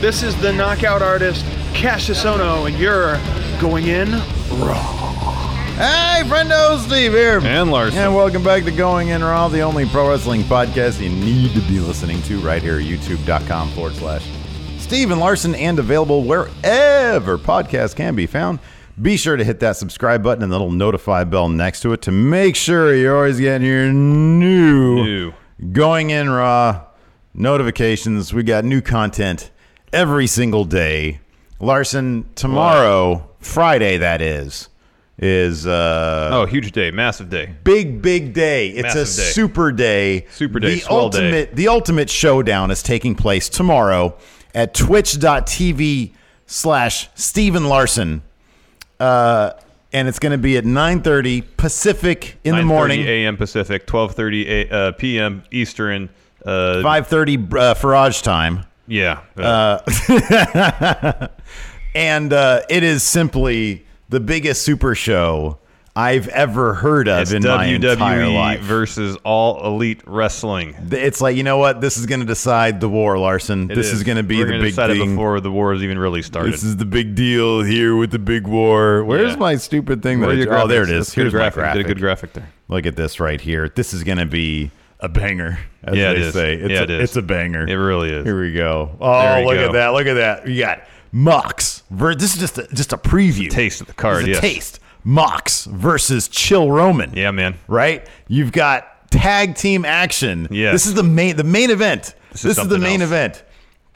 This is the knockout artist Cassius Ono, and you're going in raw. Hey, friendo, Steve here. And Larson. And welcome back to Going In Raw, the only pro wrestling podcast you need to be listening to right here at youtube.com forward slash Steven Larson and available wherever podcasts can be found. Be sure to hit that subscribe button and the little notify bell next to it to make sure you're always getting your new, New. Going In Raw notifications. We got new content every single day. Larson, tomorrow, Friday, that is, is. Uh, Oh, huge day, massive day. big big day it's a Massive day. super day Super day, the swell day. ultimate the ultimate showdown is taking place tomorrow at twitch.tv slash steven larson uh, and it's going to be at 9.30 pacific in the 9:30 morning a.m. Pacific, 12:30 a- uh, p.m. Eastern. Uh, 5.30 uh, farage time yeah, uh, and uh, it is simply the biggest super show i've ever heard of it's in my entire WWE life E versus All Elite Wrestling. it's like you know what this is going to decide the war larson It this is, is. going to be We're the gonna big decide it thing before the war has even really started. This is the big deal here with the big war. Where's Yeah. my stupid thing? That Where are I your drew? oh, there graphics? it is. That's a good Here's graphic. my You graphic. Did a good graphic there. Look at this right here. This is going to be a banger. As Yeah, it they is. say. It's Yeah, a, it is. It's a banger. It really is. Here we go. Oh, There you look go. at that. Look at that. You got Mox. ver- This is just a, just a preview. Taste of the card, This is a yes. taste. Mox versus Chill Roman. Yeah, man. Right? You've got tag team action. Yes. This is the main the main event. This is is, the something main else. event.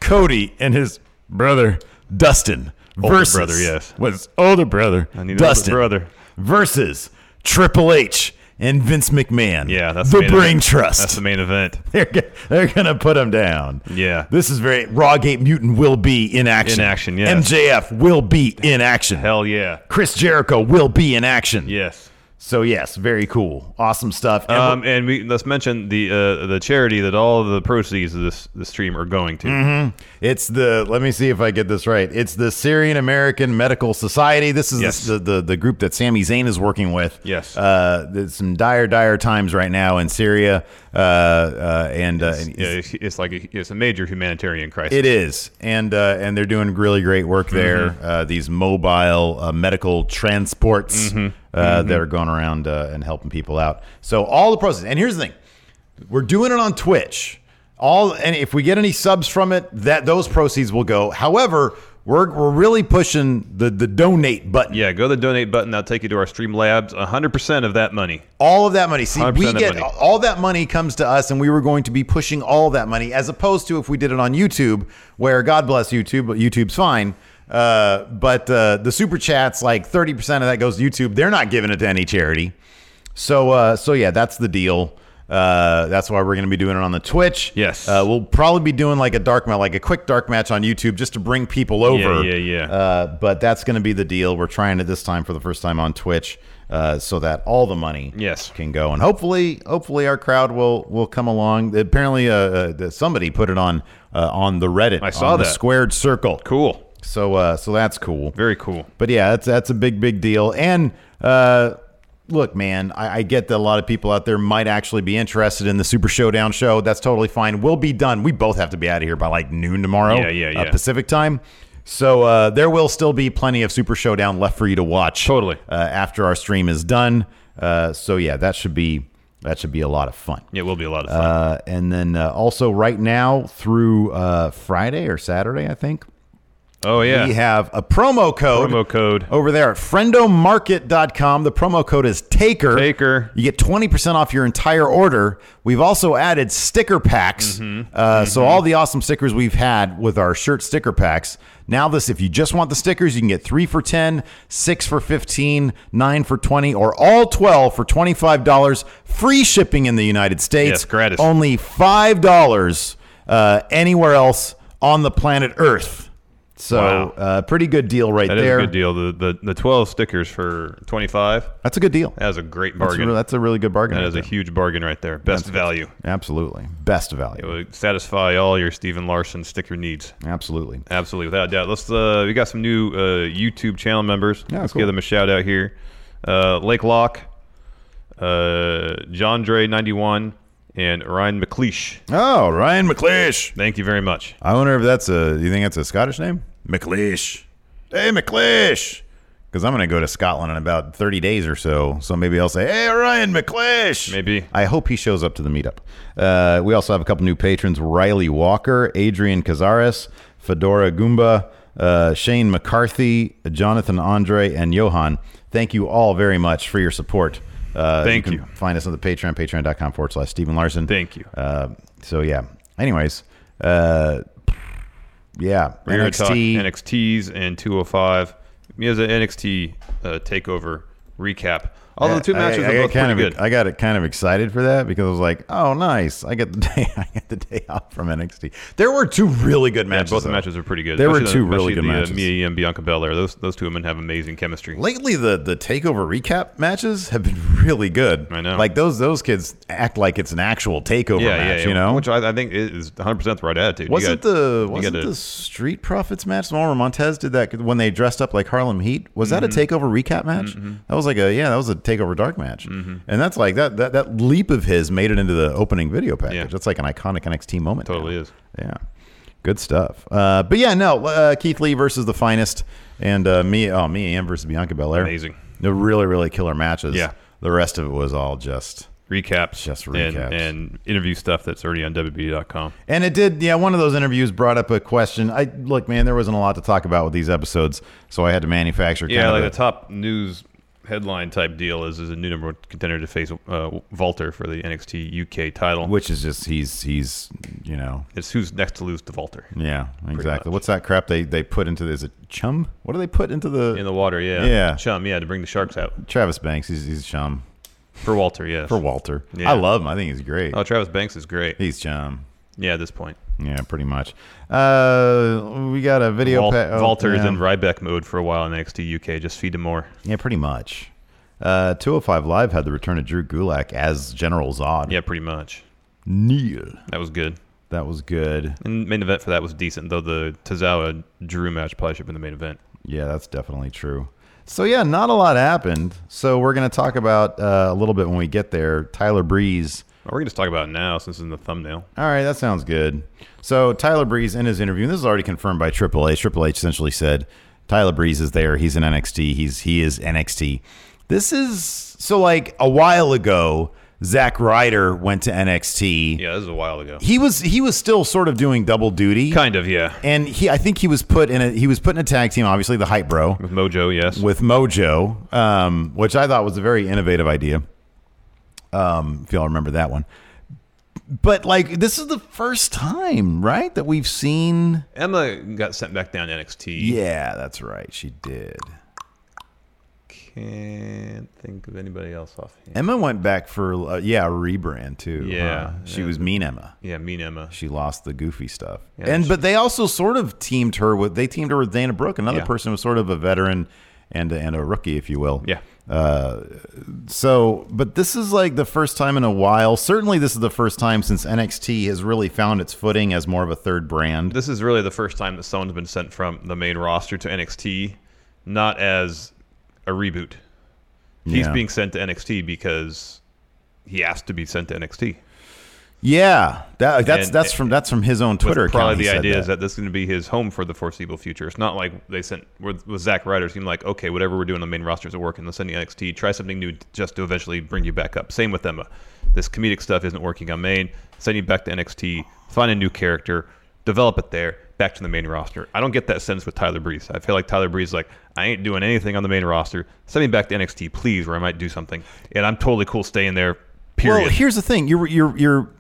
Cody and his brother Dustin Older versus brother, yes. was older brother I need an older Dustin brother. versus Triple H and Vince McMahon. Yeah, that's the main brain event. trust. That's the main event. they're go- they're gonna put him down. Yeah. this is very Rawgate Mutant will be in action. In action, yes. MJF will be in action. Hell yeah. Chris Jericho will be in action. Yes. So yes, very cool, awesome stuff. And Um, and we let's mention the uh, the charity that all of the proceeds of this the stream are going to. Mm-hmm. It's the let me see if I get this right. It's the Syrian American Medical Society. This is Yes. the, the the group that Sami Zayn is working with. Yes. uh, there's some dire dire times right now in Syria, uh, uh, and, uh, and Yeah, it's, it's like a, it's a major humanitarian crisis. it is, and uh, and they're doing really great work there. Uh, these mobile uh, medical transports Uh, that are going around uh, and helping people out. So all the process. And here's the thing: we're doing it on Twitch. All and if we get any subs from it, that those proceeds will go. However, we're we're really pushing the the donate button. Yeah, go to the donate button. That'll take you to our Streamlabs. 100% of that money. all of that money. See, 100% we of get money. all that money comes to us, and we were going to be pushing all that money, as opposed to if we did it on YouTube, where God bless YouTube, but YouTube's fine. Uh, but uh, the super chats, like thirty percent of that goes to YouTube. They're not giving it to any charity. So, uh, so yeah, that's the deal. Uh, that's why we're going to be doing it on the Twitch. Yes. uh, we'll probably be doing like a dark match, like a quick dark match on YouTube, just to bring people over. yeah, yeah. Uh, but that's going to be the deal. We're trying it this time for the first time on Twitch, uh, so that all the money Yes. can go, and hopefully, hopefully our crowd will will come along. Apparently, uh, uh, somebody put it on uh, on the Reddit. I saw on the that. squared circle. Cool. So uh, so that's cool. Very cool. But yeah, that's that's a big big deal. And uh, look, man, I, I get that a lot of people out there might actually be interested in the Super Showdown show. That's totally fine. We'll be done. We both have to be out of here by like noon tomorrow. Yeah, yeah, uh, yeah. Pacific time. So uh, there will still be plenty of Super Showdown left for you to watch. Totally. Uh, after our stream is done. Uh, so yeah, that should be that should be a lot of fun. It will be a lot of fun. Uh, and then uh, also right now through uh, Friday or Saturday, I think oh yeah. we have a promo code. Promo code. Over there at friendomarket.com. The promo code is TAKER. Taker. You get 20% off your entire order. We've also added sticker packs. Mm-hmm. Uh, So, all the awesome stickers we've had with our shirt sticker packs. Now, this, if you just want the stickers, you can get three for 10, six for 15, nine for 20, or all 12 for $25. Free shipping in the United States. Yes, gratis. Only $5 uh, anywhere else on the planet Earth. So, Wow. uh, pretty good deal right That is there. a good deal. The, the the twelve stickers for twenty five. That's a good deal. That is a great That's a, bargain. re- that's a really good bargain. that right is a there. huge bargain right there. Best value. Absolutely. Best It value. would satisfy all your Steven Larson sticker needs. Absolutely. Absolutely, without a doubt. Let's. Uh, we got some new uh, YouTube channel members. Yeah, Let's cool. give them a shout out here. Uh, Lake Lock, uh, John Dre ninety one, and Ryan McLeish. Oh, Ryan McLeish. Thank you very much. I wonder if that's a. You think that's a Scottish name? McLeish. Hey, McLeish. Because I'm going to go to Scotland in about 30 days or so. So maybe I'll say, hey, Ryan McLeish. Maybe. I hope he shows up to the meetup. Uh, we also have a couple new patrons Riley Walker, Adrian Cazares, Fedora Goomba, uh, Shane McCarthy, Jonathan Andre, and Johan. Thank you all very much for your support. Uh, Thank can you. Find us on the Patreon, patreon.com forward slash Stephen Larson. Thank you. Uh, so yeah. Anyways, uh, yeah. We're gonna talk NXT. NXTs, and 205. He has an NXT uh, takeover recap. Although the two I- matches I, are got both kind pretty of, good. I got it kind of excited for that because I was like, oh, nice. I get the day. I get the day off from NXT. There were two really good yeah, matches. both the though. matches are pretty good. There were especially two the- really especially good the, uh, matches. Mia and Bianca Belair. Those those two women have amazing chemistry. Lately, the the takeover recap matches have been really good. I know. Like those those kids act like it's an actual takeover yeah, match. yeah, you know, which I, I think is 100 percent the right attitude. You Wasn't got- the you wasn't gotta- the Street Profits match? The one where Montez did that when they dressed up like Harlem Heat. Was that Mm-hmm. a takeover recap match? That was like a yeah, that was a takeover dark match. Mm-hmm. And that's like that that that leap of his made it into the opening video package. Yeah. That's like an iconic NXT moment. Totally now. is. Yeah, good stuff. Uh, but yeah, no uh, Keith Lee versus the Finest and uh, me oh me and versus Bianca Belair. Amazing. They're really really killer matches. Yeah. the rest of it was all just. recaps, Just and, recaps. and interview stuff that's already on WB.com. And it did, yeah. One of those interviews brought up a question. I look, man, there wasn't a lot to talk about with these episodes, so I had to manufacture. Yeah, kind like of the a- top news headline type deal is is a new number one contender to face uh, Walter for the NXT UK title. which is just he's he's you know It's who's next to lose to Walter yeah exactly. much. What's that crap they they put into is it chum? What do they put into the, in the water. Yeah, Yeah. chum. Yeah, to bring the sharks out Travis Banks? He's he's chum for Walter. Yes, for Walter. Yeah. I love him. I think he's great. Oh, Travis Banks is great. He's chum. Yeah, at this point, Yeah, pretty much. Uh, we got a video. Wal- pa- oh, Walter is yeah. in Ryback mode for a while in NXT UK. Just feed him more. Yeah, pretty much. Uh, 205 Live had the return of Drew Gulak as General Zod. Yeah, pretty much. Neil. That was good. That was good. And main event for that was decent, though the Tozawa Drew match probably should have been the main event. Yeah, that's definitely true. So yeah, not a lot happened. So we're gonna talk about uh, a little bit when we get there. Tyler Breeze. Well, we're gonna just talk about it now since it's in the thumbnail. All right, that sounds good. So Tyler Breeze in his interview, and this is already confirmed by Triple H. Triple H essentially said Tyler Breeze is there. He's in NXT. He's he is NXT. This is so like a while ago. Zack Ryder went to NXT. Yeah, this is a while ago. He was he was still sort of doing double duty. Kind of, yeah. And he I think he was put in a he was put in a tag team. Obviously the hype bro. With Mojo, yes. with Mojo, um, which I thought was a very innovative idea. Um, if y'all remember that one. But like this is the first time, right, that we've seen Emma got sent back down to NXT. Yeah, that's right. She did. Can't think of anybody else off. Here. Emma went back for uh, yeah, a rebrand too. Yeah. She was mean Emma. Yeah, mean Emma. She lost the goofy stuff. Yeah, and she- but they also sort of teamed her with they teamed her with Dana Brooke, another Yeah. person who was sort of a veteran and and a rookie, if you will. Yeah. Uh, so, but this is like the first time in a while. Certainly, this is the first time since NXT has really found its footing as more of a third brand. This is really the first time that someone's been sent from the main roster to NXT, not as a reboot. He's Yeah. being sent to NXT because he asked to be sent to NXT. Yeah, that, that's And- that's from that's from his own Twitter With account. probably he the said idea is that. that this is going to be his home for the foreseeable future. It's not like they sent with, with Zack Ryder. It seemed like okay, whatever we're doing on the main roster isn't working. Let's send you NXT. Try something new just to eventually bring you back up. Same with Emma. This comedic stuff isn't working on main. Send you back to NXT. Find a new character. Develop it there. Back to the main roster. I don't get that sense with Tyler Breeze. I feel like Tyler Breeze is like I ain't doing anything on the main roster. Send me back to NXT, please, where I might do something. And I'm totally cool staying there. Period. Well, here's the thing. You're you're you're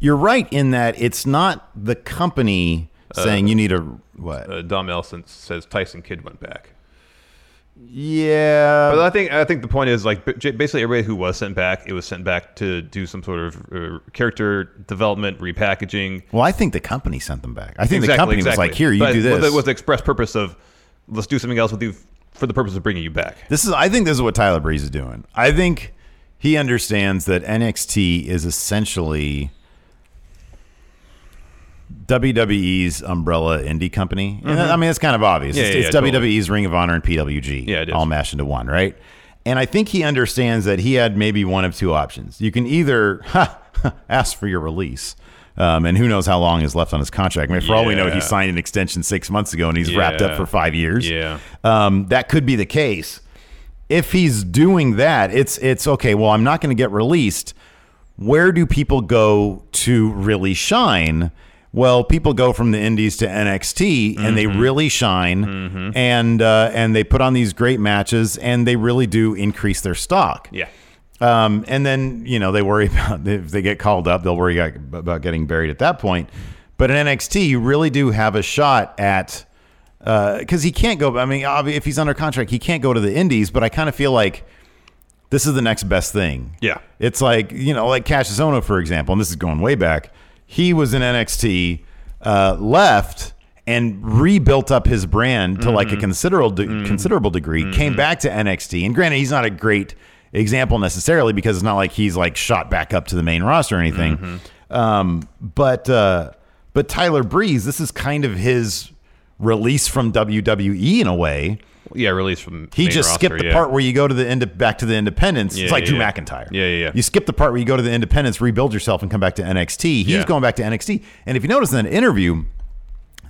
you're right in that it's not the company saying you need a what. uh, Dom Ellison says Tyson Kidd went back. yeah, But I think I think the point is like ba- basically everybody who was sent back, it was sent back to do some sort of uh, character development, repackaging. Well, I think the company sent them back. I think the company was like, "Here, you But do this." With the, with the express purpose of let's do something else with you f- for the purpose of bringing you back. this is. I think this is what Tyler Breeze is doing. I think he understands that NXT is essentially WWE's umbrella indie company. And I mean, it's kind of obvious. Mm-hmm. Yeah, it's yeah, it's yeah, totally. WWE's Ring of Honor and PWG. Yeah, it is. all mashed into one, right? And I think he understands that he had maybe one of two options. You can either ask for your release. Um, and who knows how long is left on his contract? I mean, for all we know, he Yeah. signed an extension six months ago, and he's wrapped Yeah. up for five years. Yeah. Um, that could be the case. If he's doing that, it's it's okay. Well, I'm not going to get released. Where do people go to really shine? Well, people go from the indies to NXT and Mm-hmm. they really shine, and uh, and they put on these great matches, and they really do increase their stock. Yeah. Um, and then you know they worry about if they get called up, they'll worry about getting buried at that point. But in NXT, you really do have a shot at because he can't go. I mean, obvi- if he's under contract, he can't go to the Indies. But I kind of feel like this is the next best thing. Yeah. it's like you know, like Cassius Ohno, for example, and this is going way back. He was in NXT, uh, left and rebuilt up his brand to like a considerable de- considerable degree. Came back to NXT, and granted, he's not a great example necessarily because it's not like he's like shot back up to the main roster or anything. Um, but uh, but Tyler Breeze, this is kind of his release from WWE in a way. Yeah, release from He main just roster, skipped the yeah. part where you go to the end back to the independents. Yeah, it's like yeah, Drew yeah. McIntyre. Yeah, yeah, yeah. You skip the part where you go to the independents, rebuild yourself, and come back to NXT. He's Yeah. going back to NXT. And if you notice in an interview,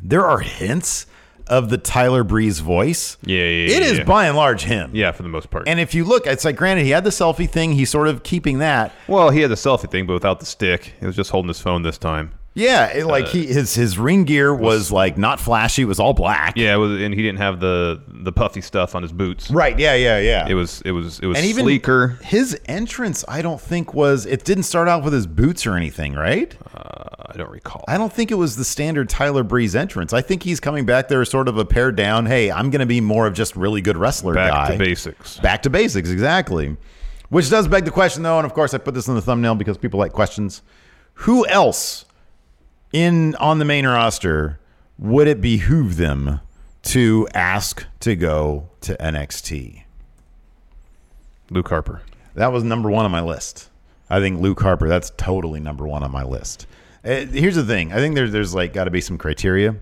there are hints of the Tyler Breeze voice. Yeah, yeah, It yeah, is yeah. by and large him. Yeah, for the most part. And if you look, it's like granted he had the selfie thing. He's sort of keeping that. well, he had the selfie thing, but without the stick. He was just holding his phone this time. Yeah, it, like Uh, he his his ring gear was like not flashy. It was all black. Yeah, it was, and he didn't have the the puffy stuff on his boots. Right. Yeah. Yeah. Yeah. It was it was it was and even sleeker. his entrance, I don't think was. It didn't start out with his boots or anything, right? I don't recall. I don't think it was the standard Tyler Breeze entrance. I think he's coming back there as sort of a pared down. Hey, I'm going to be more of just really good wrestler Back guy. to basics. Back to basics, exactly. Which does beg the question, though, and of course I put this in the thumbnail because people like questions. Who else in on the main roster would it behoove them to ask to go to NXT? Luke Harper. That was number one on my list. I think Luke Harper. That's totally number one on my list. Uh, here's the thing. I think there's there's like got to be some criteria.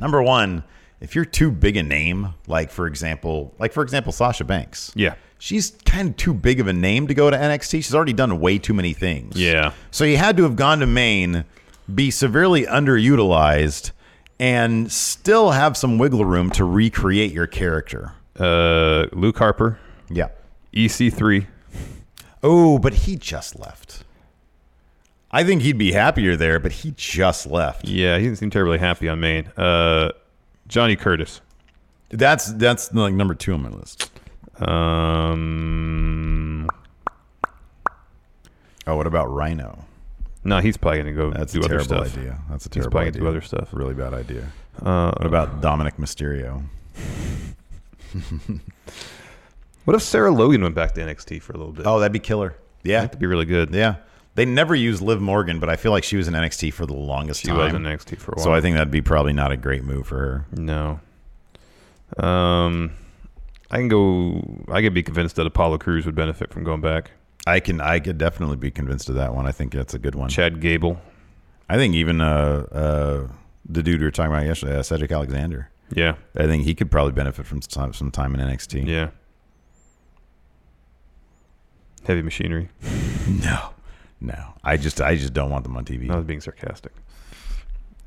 Number one, if you're too big a name, like for example, like for example, Sasha Banks. Yeah. she's kind of too big of a name to go to NXT. She's already done way too many things. Yeah. So you had to have gone to Maine, be severely underutilized, and still have some wiggle room to recreate your character. Uh, Luke Harper. E Yeah. EC3. Oh, but he just left. I think he'd be happier there, but he just left. Yeah, he didn't seem terribly happy on Maine. Uh, Johnny Curtis. That's that's like number two on my list. Um, Oh, what about Rhino? no, he's probably gonna go That's do a other terrible stuff. idea. That's a He's terrible probably idea. gonna do other stuff. Really bad idea. what about Dominic Mysterio? What if Sarah Logan went back to NXT for a little bit? Oh, that'd be killer. Yeah, that'd be really good. yeah. They never used Liv Morgan, but I feel like she was in NXT for the longest she time. was in NXT for a while. so I think that'd be probably not a great move for her. no. Um, I can go. I could be convinced that Apollo Crews would benefit from going back. I can I could definitely be convinced of that one. I think that's a good one. Chad Gable. I think even uh, uh, the dude we were talking about yesterday, uh, Cedric Alexander. Yeah, I think he could probably benefit from some, some time in NXT. yeah. Heavy machinery. No, no. I just I just don't want them on TV. I was being sarcastic.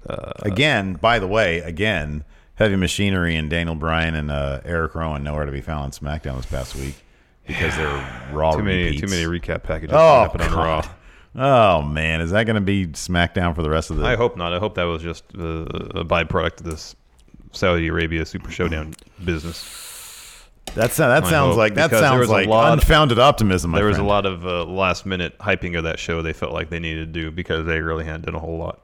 uh, again, by the way, again, Heavy Machinery and Daniel Bryan and uh, Eric Rowan nowhere to be found on SmackDown this past week because they're raw Too many, repeats. too many recap packages Oh, happened on Raw. God. Oh man, is that going to be SmackDown for the rest of the? I hope not. I hope that was just uh, a byproduct of this Saudi Arabia Super Showdown business. That sou- that I sounds hope, like that because there sounds was a like lot of- unfounded optimism. My there was a friend. lot of uh, last minute hyping of that show. They felt like they needed to do because they really hadn't done a whole lot.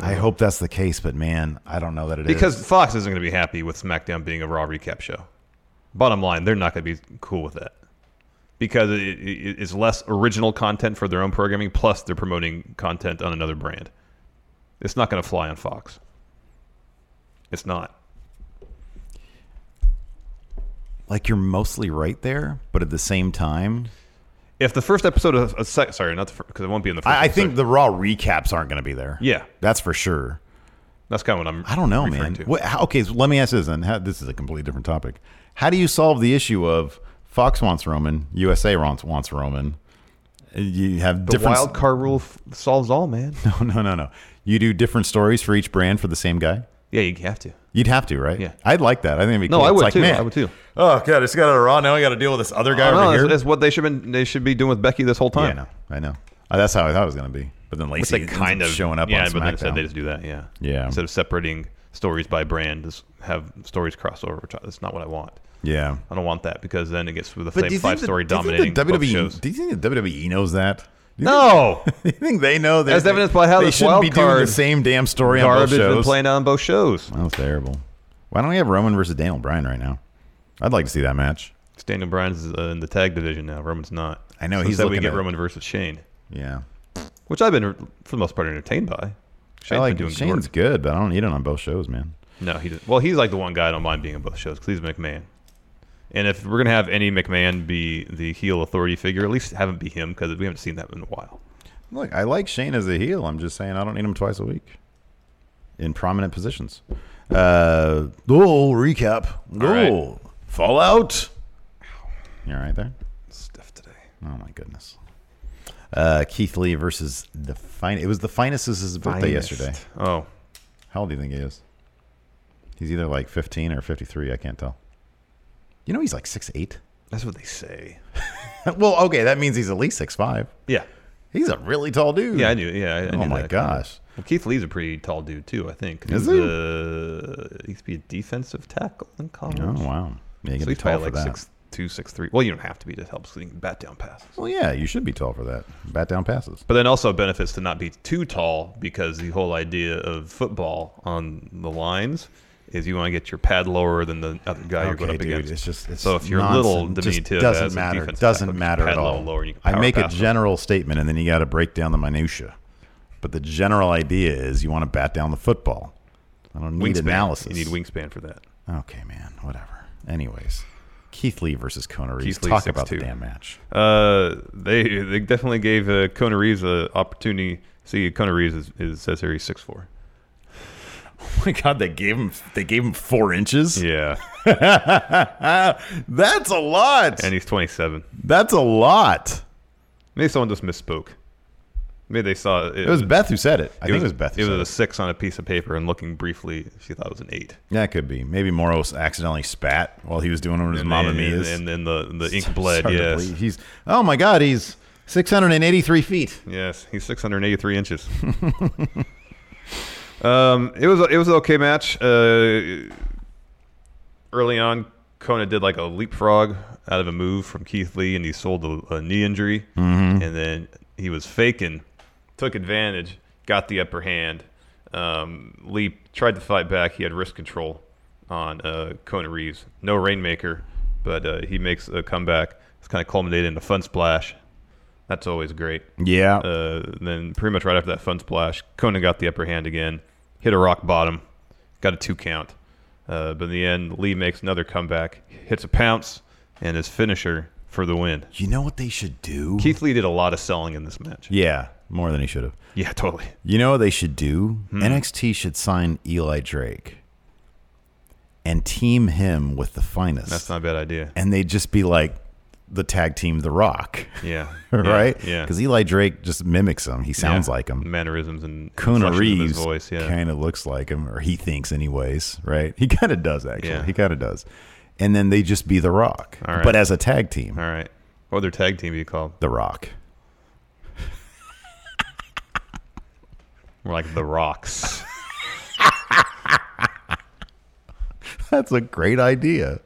I hope that's the case, but man, I don't know that it is Because Fox isn't going to be happy with SmackDown being a Raw recap show. Bottom line, they're not going to be cool with that because it, it, it's less original content for their own programming. Plus, they're promoting content on another brand. It's not going to fly on Fox. It's not. like you're mostly right there, but at the same time, If the first episode of a sec- sorry, not the first because it won't be in the first. I, I think episode. the raw recaps aren't going to be there. yeah, that's for sure. that's kind of what I'm. I don't know, referring man. To. What, how, okay, so let me ask this. Then how, this is a completely different topic. How do you solve the issue of Fox wants Roman, USA wants wants Roman? You have the different wild card rule f- solves all, man. No, no, no, no. You do different stories for each brand for the same guy. yeah, you have to. You'd have to, right? Yeah. I'd like that. I think it'd be No, cool. I It's would like, too. Man, I would too. Oh god, it's got a raw. Now I got to deal with this other guy I don't know, over that's, here. that's what they should been. They should be doing with Becky this whole yeah, time. I know. I know. Uh, that's how I thought it was going to be. But then Which Lacey they ends kind up of showing up yeah, on but they said SmackDown. they just do that. Yeah, Yeah. Instead of separating stories by brand, just have stories cross over. which I- That's not what I want. yeah. I don't want that because then it gets with the But do same you think five story that- do you think dominating the both WWE, shows. Do you think the WWE E knows that? Do you No, think- you think they know that? As they- evidenced by how they this shouldn't wild be doing card the same damn story on both garbage shows. been playing out on both shows. That was terrible. Why don't we have Roman versus Daniel Bryan right now? I'd like to see that match. It's Daniel Bryan's uh, in the tag division now. Roman's not. I know, so he's instead we looking get at- Roman versus Shane, Yeah, which I've been for the most part entertained by. Shane's I like been doing Shane's good. good, but I don't need it on both shows, man. work. No, he doesn't. Well, he's like the one guy I don't mind being on both shows because he's McMahon. And if we're gonna have any McMahon be the heel authority figure, at least have him be him because we haven't seen that in a while. Look, I like Shane as a heel. I'm just saying I don't need him twice a week in prominent positions. Uh, oh, recap. All right. Oh, Fallout. You all right there? Stiff today. Oh my goodness. Uh, Keith Lee versus the fine. It was the finest is his birthday yesterday. Oh, How old do you think he is? He's either like 15 or 53. I can't tell. You know he's like six eight. that's what they say. well, okay, that means he's at least six five. Yeah. He's a really tall dude. Yeah, I knew. Yeah, I, I Oh knew my that. gosh. Well, Keith Lee's a pretty tall dude too. I think. Is he? he? was, Uh, he used to be a defensive tackle in college. Oh wow. Yeah, So you can be he's tall probably for like that. six two, six three. Well, you don't have to be to help so you can bat down passes. Well, yeah, you should be tall for that. Bat down passes. But then also benefits to not be too tall because the whole idea of football on the lines is you want to get your pad lower than the other guy you're going up against. It's just it's so if you're nonsense. little It just diminutive, doesn't as matter. A defensive doesn't tackle, get your matter pad at all. level Lower and you can I power make a pass them. general statement, and then you got to break down the minutia. But the general idea is you want to bat down the football. I don't need wingspan. analysis. You need wingspan for that. Okay, man. Whatever. Anyways, Keith Lee versus Conor Reeves. Keith Lee, Talk about 6'2". the damn match. Uh, they they definitely gave uh, Kona Reeves an opportunity. See, Kona Reeves is, is says here he's six four. Oh my God, they gave him they gave him four inches. Yeah, That's a lot. and he's twenty seven. That's a lot. Maybe someone just misspoke. Maybe they saw it. It was Beth who said it. I think it was Beth. Who It said was a six on a piece of paper, and looking briefly, she thought it was an eight. Yeah, it could be. Maybe Moro accidentally spat while he was doing it with his And mom and then- me. and then the the ink bled. Started to Yes, bleed. He's oh my god, he's six hundred and eighty three feet. yes, he's six hundred eighty three inches. um, it was a- it was an okay match. Uh, early on, Kona did like a leapfrog out of a move from Keith Lee, and he sold a, a knee injury, and then he was faking, took advantage, got the upper hand. Um, Lee tried to fight back. He had wrist control on uh, Kona Reeves. No rainmaker, but uh, he makes a comeback. It's kind of culminated in a fun splash. That's always great. Yeah. Uh, then pretty much right after that fun splash, Conan got the upper hand again, hit a rock bottom, got a two count. Uh, but in the end, Lee makes another comeback, hits a pounce, and his finisher for the win. You know what they should do? Keith Lee did a lot of selling in this match. Yeah, more than he should have. Yeah, totally. You know what they should do? Hmm. NXT should sign Eli Drake and team him with the finest. That's not a bad idea. and they'd just be like the tag team The Rock, Yeah. right? Yeah. Because Eli Drake just mimics him. He sounds Yeah. like him. Mannerisms and inflection Kuna of Reeves his voice. Yeah. kind of looks like him, or he thinks, anyways, right? He kind of does, actually. Yeah. He kind of does. And then they just be The Rock, All right. but as a tag team, All right. What other tag team do you call? The Rock. More like the Rocks. That's a great idea.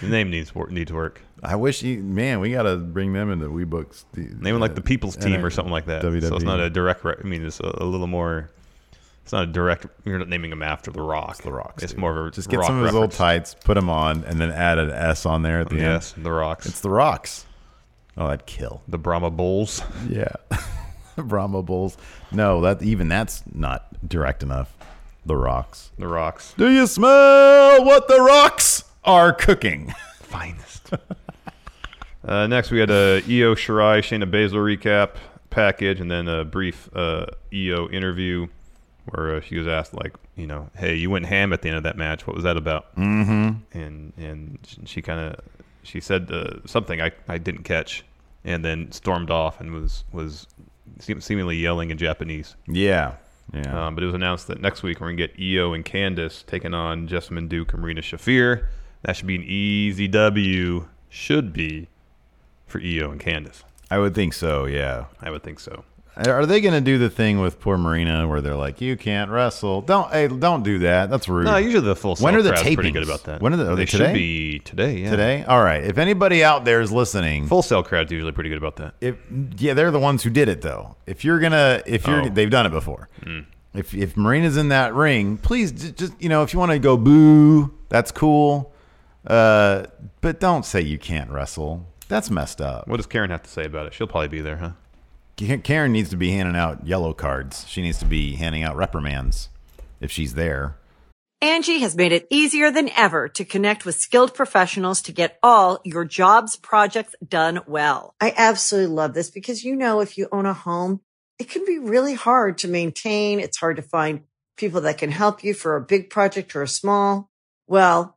the name needs work. Needs work. I wish you, man, we got to bring them into WeBooks. Name it like the People's Team or something like that. So it's WWE. not a direct. Re- I mean, it's a, a little more. It's not a direct. You're not naming them after the Rock. The Rocks. It's dude. more of a just get rock some of his old reference. tights, put them on, and then add an S on there at the end. Yes, the Rocks. It's the Rocks. Oh, that'd kill. the Brahma Bulls. Yeah, Brahma Bulls. No, that even that's not direct enough. The Rocks. The Rocks. Do you smell what the Rocks are cooking? finest. uh, next, we had a Io Shirai Shayna Baszler recap package, and then a brief uh, Io interview where uh, she was asked, like, you know, hey, you went ham at the end of that match. What was that about? Mm-hmm. And and sh- she kind of she said uh, something I, I didn't catch, and then stormed off and was was seem- seemingly yelling in Japanese. Yeah, yeah. Um, but it was announced that next week we're gonna get Io and Candice taking on Jessamine Duke and Marina Shafir. That should be an easy W. Should be for Io and Candice. I would think so. Yeah. I would think so. Are they going to do the thing with poor Marina where they're like, "You can't wrestle. Don't, hey, don't do that. That's rude." No, usually the full. When Sail are the crowd's Pretty tapings? good about that. When are the- are they should today? be today. Yeah. today. All right. If anybody out there is listening, Full sale crowd's usually pretty good about that. if yeah, they're the ones who did it though. If you're gonna, if you're, Oh. Mm. they've done it before. If if Marina's in that ring, please just, just you know, if you want to go boo, that's cool. Uh, but don't say you can't wrestle. That's messed up. What does Karen have to say about it? She'll probably be there, huh? Ka- Karen needs to be handing out yellow cards. She needs to be handing out reprimands if she's there. Angie has made it easier than ever to connect with skilled professionals to get all your jobs projects done well. I absolutely love this because, you know, if you own a home, it can be really hard to maintain. It's hard to find people that can help you for a big project or a small. Well,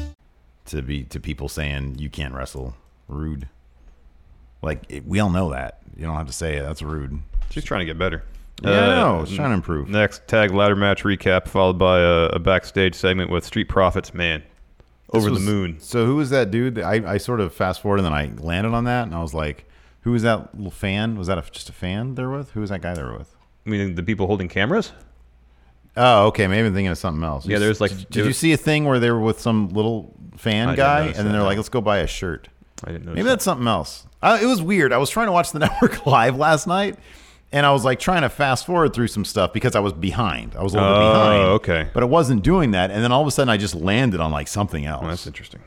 to be to people saying you can't wrestle rude like it, we all know that you don't have to say it that's rude She's trying to get better. Uh, yeah I know. It's trying to improve Next tag ladder match recap followed by a, a backstage segment with Street Profits. Man, This over was- the moon. so who was that dude that I, I sort of fast forward and then i landed on that and i was like who was that little fan was that a, just a fan there with who was that guy there with I mean, the people holding cameras. oh okay maybe i'm thinking of something else Yeah, there's like- did, did you see a thing where they were with some little I fan didn't guy and notice then that, they're no. like let's go buy a shirt I didn't know. Maybe that's something else. I, it was weird. I was trying to watch the network live last night, and I was like trying to fast forward through some stuff because I was behind. I was a little bit Oh, behind. okay. But I wasn't doing that, and then all of a sudden I just landed on like something else. Well, that's interesting.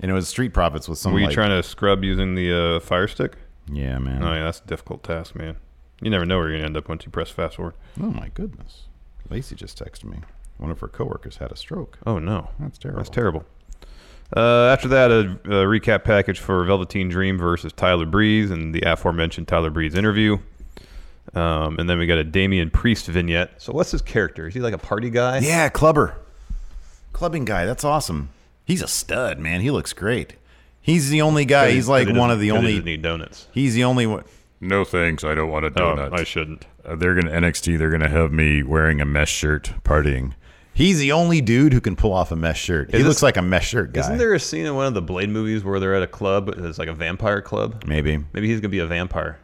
and it was Street Profits with some. Were you like- trying to scrub using the uh, fire stick? Yeah, man. Oh yeah, that's a difficult task, man. You never know where you're gonna end up once you press fast forward. Oh my goodness. Lacey just texted me. One of her coworkers had a stroke. Oh no, That's terrible. That's terrible. Uh, after that, a, a recap package for Velveteen Dream versus Tyler Breeze and the aforementioned Tyler Breeze interview. Um, and then we got a Damian Priest vignette. So what's his character? Is he like a party guy? Yeah, clubber. Clubbing guy. That's awesome. He's a stud, man. He looks great. He's the only guy. He's like one of the He only. need donuts. He's the only one. No thanks. I don't want a Oh, donut. I shouldn't. Uh, they're gonna NXT. They're gonna have me wearing a mesh shirt, partying. He's the only dude who can pull off a mesh shirt. he Is looks this- like a mesh shirt guy. Isn't there a scene in one of the Blade movies where they're at a club? It's like a vampire club. Maybe. Maybe he's gonna be a vampire.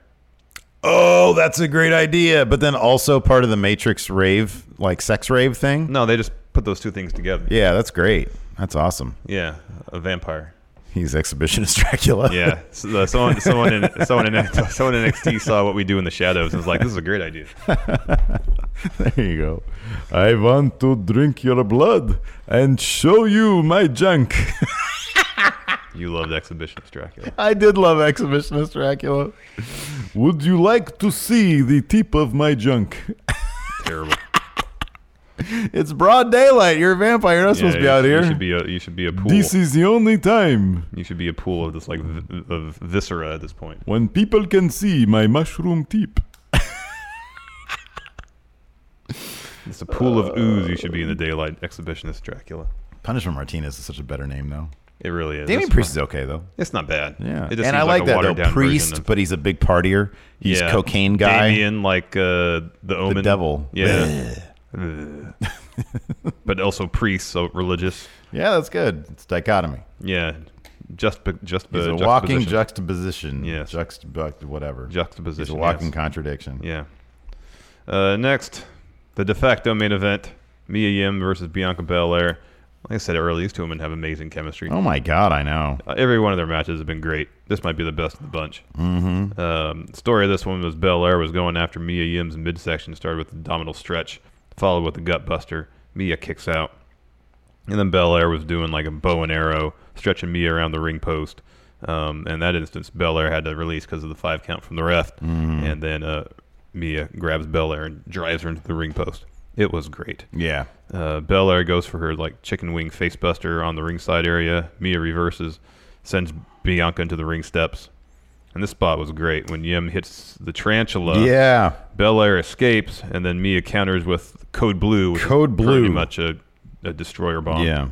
Oh, that's a great idea. But then also part of the Matrix rave, like sex rave thing. No, they just put those two things together. Yeah, that's great. That's awesome. Yeah, a vampire. He's exhibitionist Dracula. Yeah, so, uh, someone, someone, in, someone, in, someone in NXT saw what we do in the shadows and was like, "This is a great idea." there you go. I want to drink your blood and show you my junk. You loved exhibitionist Dracula. I did love exhibitionist Dracula. Would you like to see the tip of my junk? Terrible. It's broad daylight. You're a vampire. You're not supposed to be you- out here. You should be a you should be a pool. This is the only time you should be a pool of this like v- of viscera at this point. when people can see my mushroom tip. It's a pool of ooze. You should be in the daylight exhibitionist Dracula. Punishment Martinez is such a better name, though. It really is. Damien It's Priest is okay, though. fun. It's not bad. Yeah. It just seems and I like, a that, though. watered-down version Priest, of- but he's a big partier. He's yeah. cocaine guy. Damien, like uh, the Omen. devil. Yeah. but also priest, so religious. Yeah, that's good. It's dichotomy. Yeah. Just just He's a walking juxtaposition. juxtaposition. Yes. Juxtap- whatever. He's a juxtaposition. walking yes. contradiction. Yeah. Uh, next, the de facto main event: Mia Yim versus Bianca Belair. Like I said earlier, these two women have amazing chemistry. Oh, my God. I know. Uh, every one of their matches have been great. This might be the best of the bunch. Mm-hmm. Um, story of this one was Belair was going after Mia Yim's midsection, started with the abdominal stretch, followed with the gut buster. Mia kicks out. And then Belair was doing like a bow and arrow, stretching Mia around the ring post. Um, in that instance, Belair had to release because of the five count from the ref. And then uh, Mia grabs Belair and drives her into the ring post. It was great. Yeah. Uh, Belair goes for her like chicken wing facebuster on the ringside area. Mia reverses, sends Bianca into the ring steps, and this spot was great when Yim hits the tarantula. yeah. Belair escapes, and then Mia counters with Code Blue. Which is Code Blue. pretty much a, a destroyer bomb. Yeah.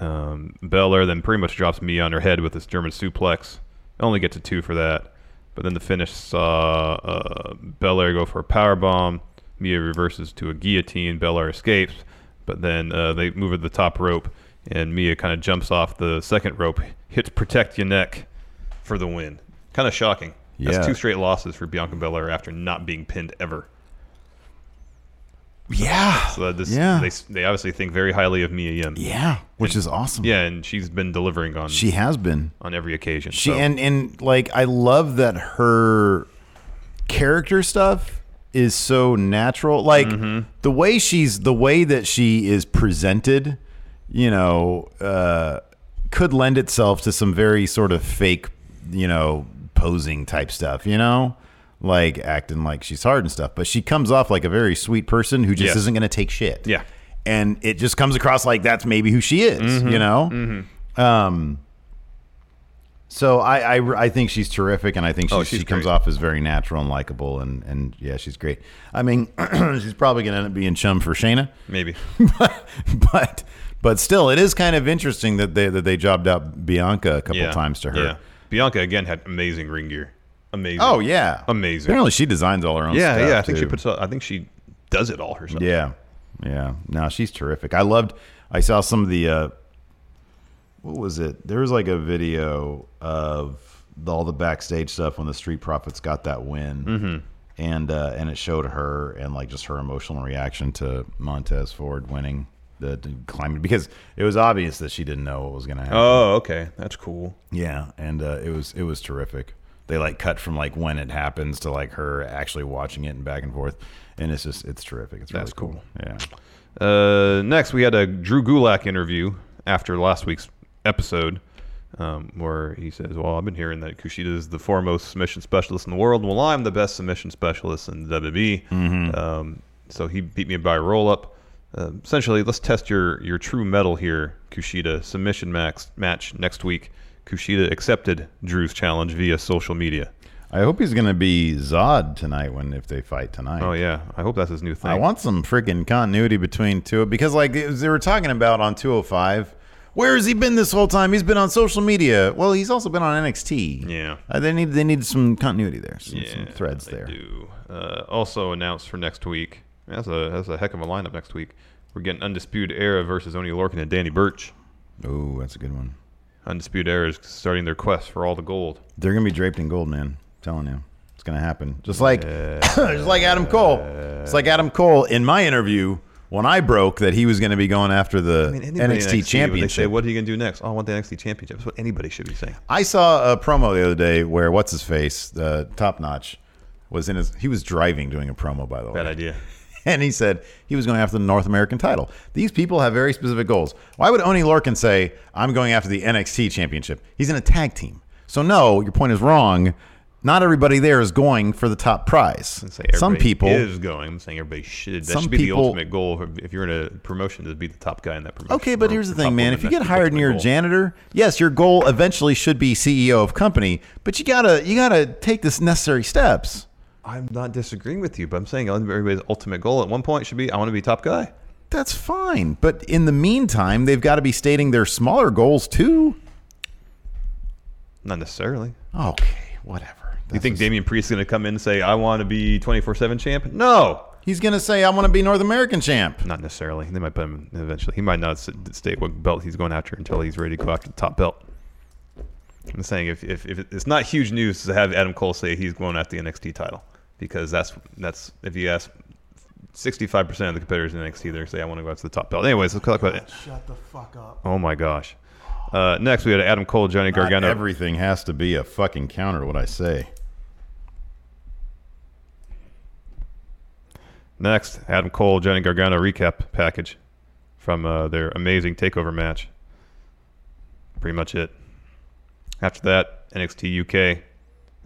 Um, Belair then pretty much drops Mia on her head with this German suplex. Only gets a two for that. But then the finish saw uh, Belair go for a power bomb. Mia reverses to a guillotine. Belair escapes. But then uh, they move to the top rope, and Mia kind of jumps off the second rope, hits protect your neck for the win. Kind of shocking. Yeah. That's two straight losses for Bianca Belair after not being pinned ever. Yeah. So that this, Yeah. they, they obviously think very highly of Mia Yim. Yeah. Which is awesome. Yeah, and she's been delivering on She has been. on every occasion. She so. and and like I love that her character stuff is so natural. Like Mm-hmm. the way she's the way that she is presented, you know, uh, could lend itself to some very sort of fake, you know, posing type stuff. You know. Like acting like she's hard and stuff, but she comes off like a very sweet person who just Yes. isn't going to take shit. Yeah. and it just comes across like that's maybe who she is. Mm-hmm. You know, um, so I, I I think she's terrific, and I think she's, Oh, she's she comes great. off as very natural and likable, and and yeah, she's great. I mean, she's probably going to end up being chum for Shayna, maybe but but but still, it is kind of interesting that they that they jobbed out Bianca a couple yeah. times to her. Yeah. Bianca again had amazing ring gear. Amazing. Oh yeah, Amazing. Apparently, she designs all her own. yeah, stuff, yeah. I think she too. puts. I think she does it all herself. Yeah, yeah. No, she's terrific. I loved. I saw some of the. Uh, what was it? There was like a video of the- all the backstage stuff when the Street Profits got that win, Mm-hmm. and uh, and it showed her and like just her emotional reaction to Montez Ford winning the the climate because it was obvious that she didn't know what was going to happen. Oh, okay. That's cool. Yeah, and uh, it was it was terrific. They like cut from like when it happens to like her actually watching it and back and forth, and it's just it's terrific. It's really That's cool. cool. Yeah. Uh, next, we had a Drew Gulak interview after last week's episode. um, where he says, "Well, I've been hearing that Kushida is the foremost submission specialist in the world. Well, I'm the best submission specialist in the WWE. Mm-hmm. Um, so he beat me by a roll up. Um essentially, let's test your your true metal here, Kushida. Submission max match next week. Kushida accepted Drew's challenge via social media. I hope he's going to be Zod tonight when if they fight tonight. Oh yeah, I hope that's his new thing. I want some freaking continuity between two because like it was- they were talking about on 205. Where has he been this whole time? He's been on social media. Well, he's also been on NXT. Yeah. Uh, they need they need some continuity there, some, some threads they there. do. Uh, also announced for next week. That's a that's a heck of a lineup next week. We're getting Undisputed Era versus Oni Lorcan and Danny Burch. Oh, that's a good one. Undisputed Era is starting their quest for all the gold. They're gonna be draped in gold, man. I'm telling you, it's gonna happen. Just like, just like Adam Cole. It's like Adam Cole in my interview when I broke that he was gonna be going after the Anybody in NXT, They say, championship. "What are you going to do next?" Oh, I want the NXT championship. That's what anybody should be saying. I saw a promo the other day where what's his face, the top notch, was in his. He was driving doing a promo, by the way. Bad idea. And he said he was going after the North American title. These people have very specific goals. Why would Oni Lorcan say, I'm going after the NXT championship? He's in a tag team. So, no, your point is wrong. Not everybody there is going for the top prize. Say Some everybody people. is going. I'm saying everybody should. That Some should be the people- ultimate goal. for- If you're in a promotion, to be the top guy in that promotion. Okay, but Or here's the top thing, man. woman, If you that's get the hired and you're a ultimate goal. janitor, yes, your goal eventually should be CEO of company, but you gotta you gotta take this necessary steps. I'm not disagreeing with you, but I'm saying everybody's ultimate goal at one point should be, "I want to be top guy." That's fine. But in the meantime, they've got to be stating their smaller goals too. Not necessarily. Okay, whatever. You That's think just- Damian Priest is going to come in and say, I want to be 24 7 champ? No! he's going to say, I want to be North American champ? Not necessarily. They might put him in eventually. He might not s- state what belt he's going after until he's ready to go after the top belt. I'm saying if, if, if it's not huge news to have Adam Cole say he's going after the NXT title because that's, that's if you ask 65% of the competitors in NXT, they're going to say, I want to go after the top belt. Anyways, let's talk about it. Shut the fuck up. Oh my gosh. Uh, next, we had Adam Cole, Johnny Not Gargano. everything has to be a fucking counter to what I say. Next, Adam Cole, Johnny Gargano recap package from uh, their amazing takeover match. Pretty much it. After that, NXT UK.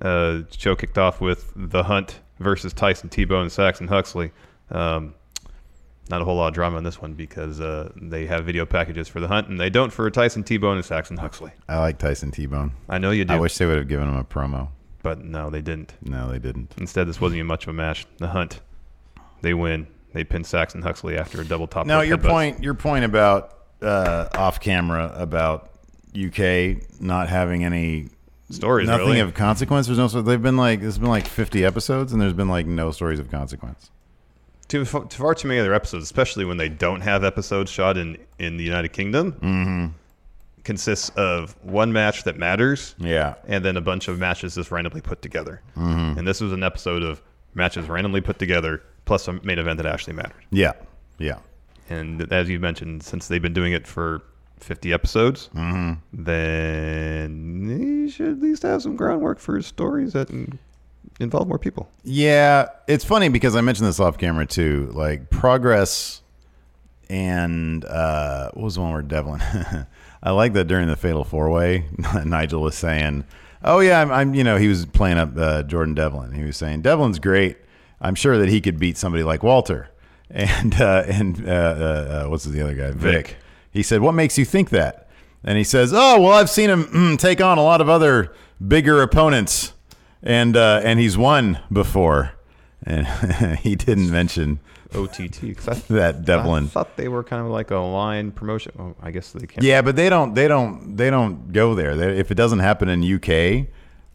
Uh, show kicked off with The Hunt versus Tyson Tebow and Saxon Huxley. Um, not a whole lot of drama in this one because uh, they have video packages for The Hunt and they don't for Tyson Tebow and Saxon Huxley. I like Tyson T-Bone. I know you do, I wish they would have given him a promo. but no, they didn't. No, they didn't. Instead, this wasn't even much of a match. The Hunt, they win. They pin Saxon Huxley after a double top. No, rope your headbutt. point. Your point about uh, off camera about UK not having any stories. nothing really. of consequence. There's no. So they've been like there's been like 50 episodes, and there's been like no stories of consequence. too, f- far too many other episodes, especially when they don't have episodes shot in in the United Kingdom. Mm-hmm. Consists of one match that matters, Yeah. and then a bunch of matches just randomly put together. Mm-hmm. And this was an episode of matches randomly put together plus a main event that actually mattered. Yeah. Yeah. And as you mentioned, since they've been doing it for 50 episodes, Mm-hmm. then they should at least have some groundwork for stories that in- involve more people. Yeah, it's funny because I mentioned this off camera too. Like progress and uh, what was the one where Devlin? I like that during the Fatal Four Way, Nigel was saying, "Oh yeah, I'm, I'm." You know, he was playing up uh, Jordan Devlin. He was saying Devlin's great. I'm sure that he could beat somebody like Walter. And uh, and uh, uh, uh, what's the other guy? Vic. He said, "What makes you think that?" And he says, "Oh well, I've seen him mm, take on a lot of other bigger opponents." and uh, and he's won before, and he didn't mention OTT, because I that I Devlin. thought they were kind of like a line promotion. Oh, I guess they can't. Yeah, but they don't they don't they don't go there. They, if it doesn't happen in UK,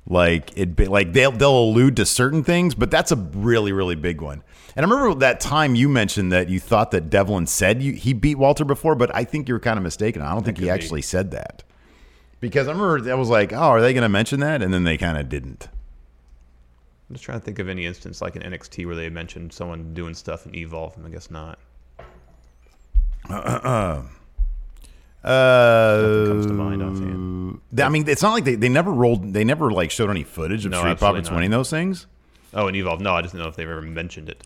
like it be, like they'll they'll allude to certain things, but that's a really really big one. And I remember that time you mentioned that you thought that Devlin said you, he beat Walter before, but I think you were kind of mistaken. I don't think he actually said that. Because I remember that was like, oh, are they going to mention that? And then they kind of didn't. I'm just trying to think of any instance like in NXT where they mentioned someone doing stuff in Evolve, and I guess not. Uh, comes to mind offhand. I mean, it's not like they, they never rolled. They never like showed any footage of No, Street absolutely Profits not. winning those things. Oh, in Evolve. No, I just don't know if they've ever mentioned it.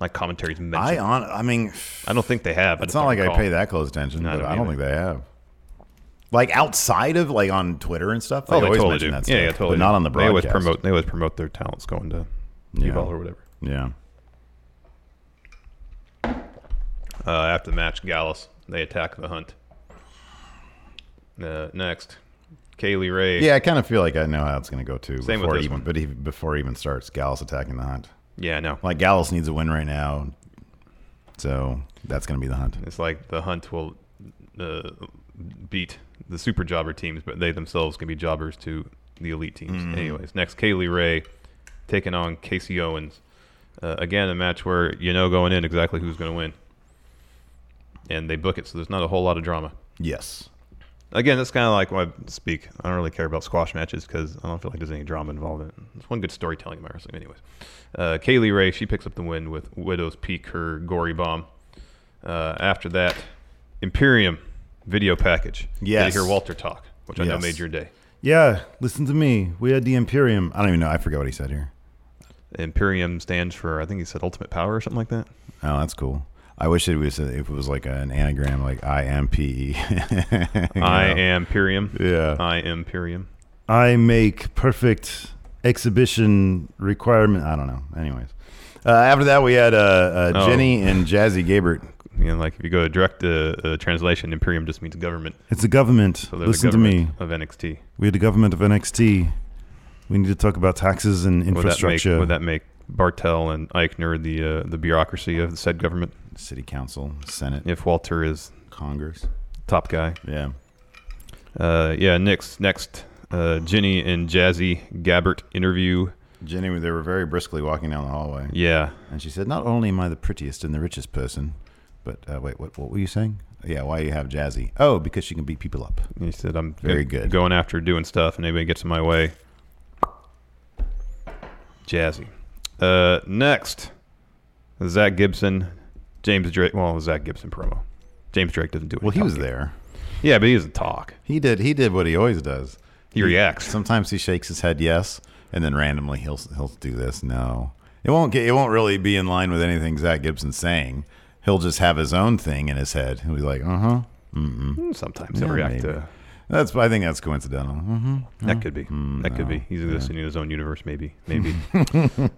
Like commentaries mentioned. I I, on. I mean, don't think they have. I it's just not don't like I recall. pay that close attention, No, I but don't I don't either. think they have. Like outside of like on Twitter and stuff. Oh, they always totally mention do. That stuff, yeah, yeah, totally. But do. not on the They always broadcast. promote. They always promote their talents going to Yeah. Evolve or whatever. Yeah. Uh, after the match, Gallus they attack the Hunt. Uh, next, Kaylee Ray. Yeah, I kind of feel like I know how it's going to go too. Same with before it this even, one. But he, before it even starts, Gallus attacking the hunt. yeah, no. Like Gallus needs a win right now, so that's going to be the hunt. It's like the Hunt will uh, beat the super jobber teams, but they themselves can be jobbers to the elite teams. Anyways, next Kaylee Ray taking on Casey Owens. Uh, again, a match where you know going in exactly who's going to win, and they book it, so there's not a whole lot of drama. Yes. Again, that's kind of like when I speak. I don't really care about squash matches because I don't feel like there's any drama involved in it. It's one good storytelling in my wrestling, anyways. Uh, Kaylee Ray, she picks up the win with Widow's Peak, her gory bomb. Uh, after that, Imperium video package. Yeah, Yes. to hear Walter talk, which I know Yes. made your day. Yeah, listen to me. We had the Imperium. I don't even know. I forget what he said here. Imperium stands for, I think he said Ultimate Power or something like that. Oh, that's cool. I wish it was if it was like an anagram, like I M P E. I am Imperium. Yeah. I am Imperium. I make perfect exhibition requirement. I don't know. Anyways, uh, after that we had uh, uh, Oh. Jenny and Jazzy Gabert. You know, like if you go to direct uh, uh, translation, Imperium just means government. It's the government. So they're Listen the to me. government of NXT. We had the government of NXT. We need to talk about taxes and Would that make, infrastructure. would that make Bartel and Eichner the uh, the bureaucracy of the said government? City council, Senate, If Walter is Congress. top guy, Yeah. uh, yeah. Next, next, uh, Jenny and Jazzy Gabbert interview. Jenny, they were very briskly walking down the hallway. Yeah, And she said, Not only am I the prettiest and the richest person, but uh, wait, what, what were you saying? Yeah, why you have Jazzy? Oh, because she can beat people up. he said I'm Very go- good. going after doing stuff, and anybody gets in my way. Jazzy. Uh, next, Zach Gibson, James Drake. Well, Zach Gibson promo. James Drake doesn't do it. Well, he was there. Yeah, but he doesn't talk. He did. He did what he always does. He reacts. Sometimes he shakes his head yes, and then randomly he'll he'll do this. No, it won't get. It won't really be in line with anything Zach Gibson's saying. He'll just have his own thing in his head. He'll be like, uh huh. Sometimes he'll react to That's. I think that's coincidental. hmm That could be. that could be. He's existing in his own universe, maybe. Maybe.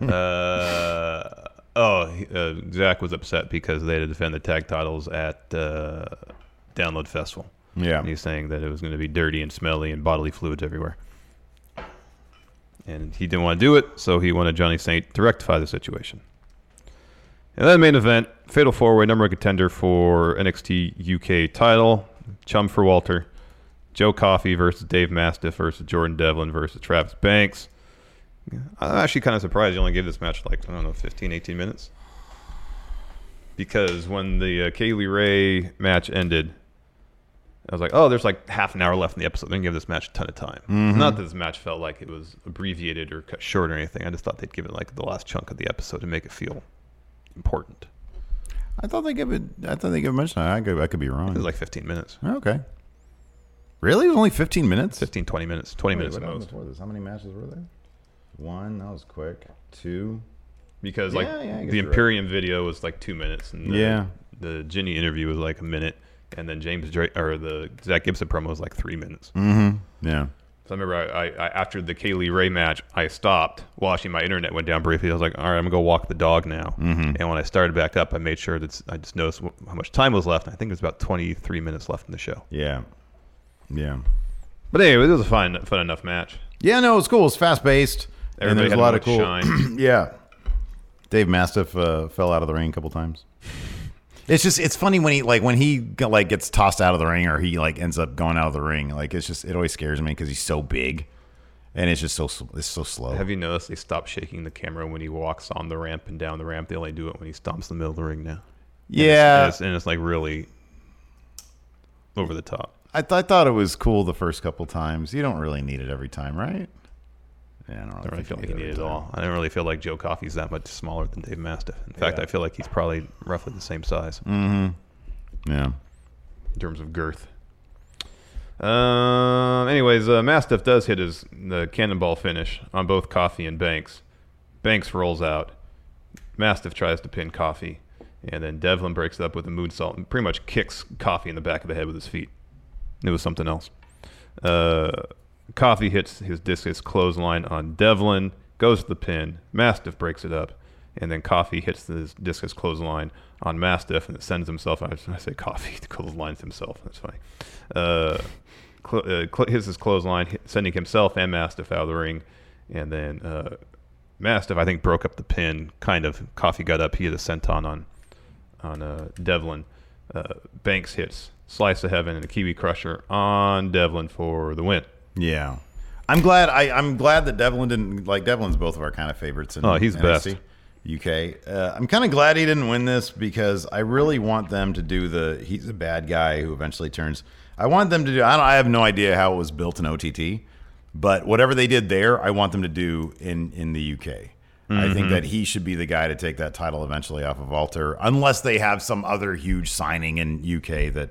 uh, oh, he- uh, Zach was upset because they had to defend the tag titles at uh, Download Festival. Yeah. And he's saying that it was going to be dirty and smelly and bodily fluids everywhere. And he didn't want to do it, so he wanted Johnny Saint to rectify the situation. And then main event, Fatal Four Way, number one contender for NXT UK title, chum for Walter, Joe Coffey versus Dave Mastiff versus Jordan Devlin versus Travis Banks. I'm actually kind of surprised you only gave this match like I don't know 15, 18 minutes, because when the uh, Kaylee Ray match ended, I was like, oh, there's like half an hour left in the episode. They're gonna give this match a ton of time. Mm-hmm. Not that this match felt like it was abbreviated or cut short or anything. I just thought they'd give it like the last chunk of the episode to make it feel important. I thought they give it. I thought they give it much time. I could. I could be wrong. It was like 15 minutes, okay. Really, it was only fifteen minutes. 15, 20 minutes, 20 minutes at What happened most. before this? How many matches were there? One. That was quick. Two. Because like Yeah, yeah, I guess the you're right. Imperium video was like two minutes, and the, Yeah. the Ginny interview was like a minute, and then James Drake or the Zach Gibson promo was like three minutes. Yeah. So I remember I, I, I after the Kaylee Ray match, I stopped. Well, actually, my internet went down briefly. I was like, all right, I'm gonna go walk the dog now. Mm-hmm. And when I started back up, I made sure that I just noticed wh- how much time was left. And I think it was about 23 minutes left in the show. Yeah. Yeah. But anyway, it was a fun, fun enough match. Yeah, no, it's cool. It's fast paced. And Everybody there's had a lot a of cool. moment to shine. yeah. Dave Mastiff uh, fell out of the ring a couple times. It's just it's funny when he like when he go- like gets tossed out of the ring or he like ends up going out of the ring. Like it's just it always scares me because he's so big, and it's just so sl- it's so slow. Have you noticed they stopped shaking the camera when he walks on the ramp and down the ramp? They only do it when he stomps in the middle of the ring now. yeah, and, it's, and it's like really over the top. I, th- I thought it was cool the first couple times. You don't really need it every time, right? Yeah, I don't really, I don't think you feel like he need it needed it every at time. all. I don't really feel like Joe Coffey's that much smaller than Dave Mastiff. In fact, I feel like he's probably roughly the same size Yeah. in terms of girth. Um. Anyways, uh, Mastiff does hit his the cannonball finish on both Coffee and Banks. Banks rolls out. Mastiff tries to pin Coffee, and then Devlin breaks it up with a moonsault and pretty much kicks Coffee in the back of the head with his feet. It was something else. Uh, Coffee hits his discus clothesline on Devlin, goes to the pin. Mastiff breaks it up, and then Coffee hits his discus clothesline on Mastiff, and it sends himself. I, I say Coffee clotheslines himself. That's funny. Uh, clo uh, cl- hits his clothesline, hi- sending himself and Mastiff out of the ring, and then uh, Mastiff I think broke up the pin. Kind of. Coffee got up. He had a senton on on uh, Devlin. Uh, Banks hits Slice of Heaven and a Kiwi Crusher on Devlin for the win. Yeah. I'm glad I, I'm glad that Devlin didn't like Devlin's both of our kind of favorites in Oh, he's the NXT, UK. Uh, I'm kind of glad he didn't win this because I really want them to do the he's a bad guy who eventually turns. I want them to do I don't I have no idea how it was built in OTT, but whatever they did there, I want them to do in in the UK. I think Mm-hmm. that he should be the guy to take that title eventually off of Alter unless they have some other huge signing in UK that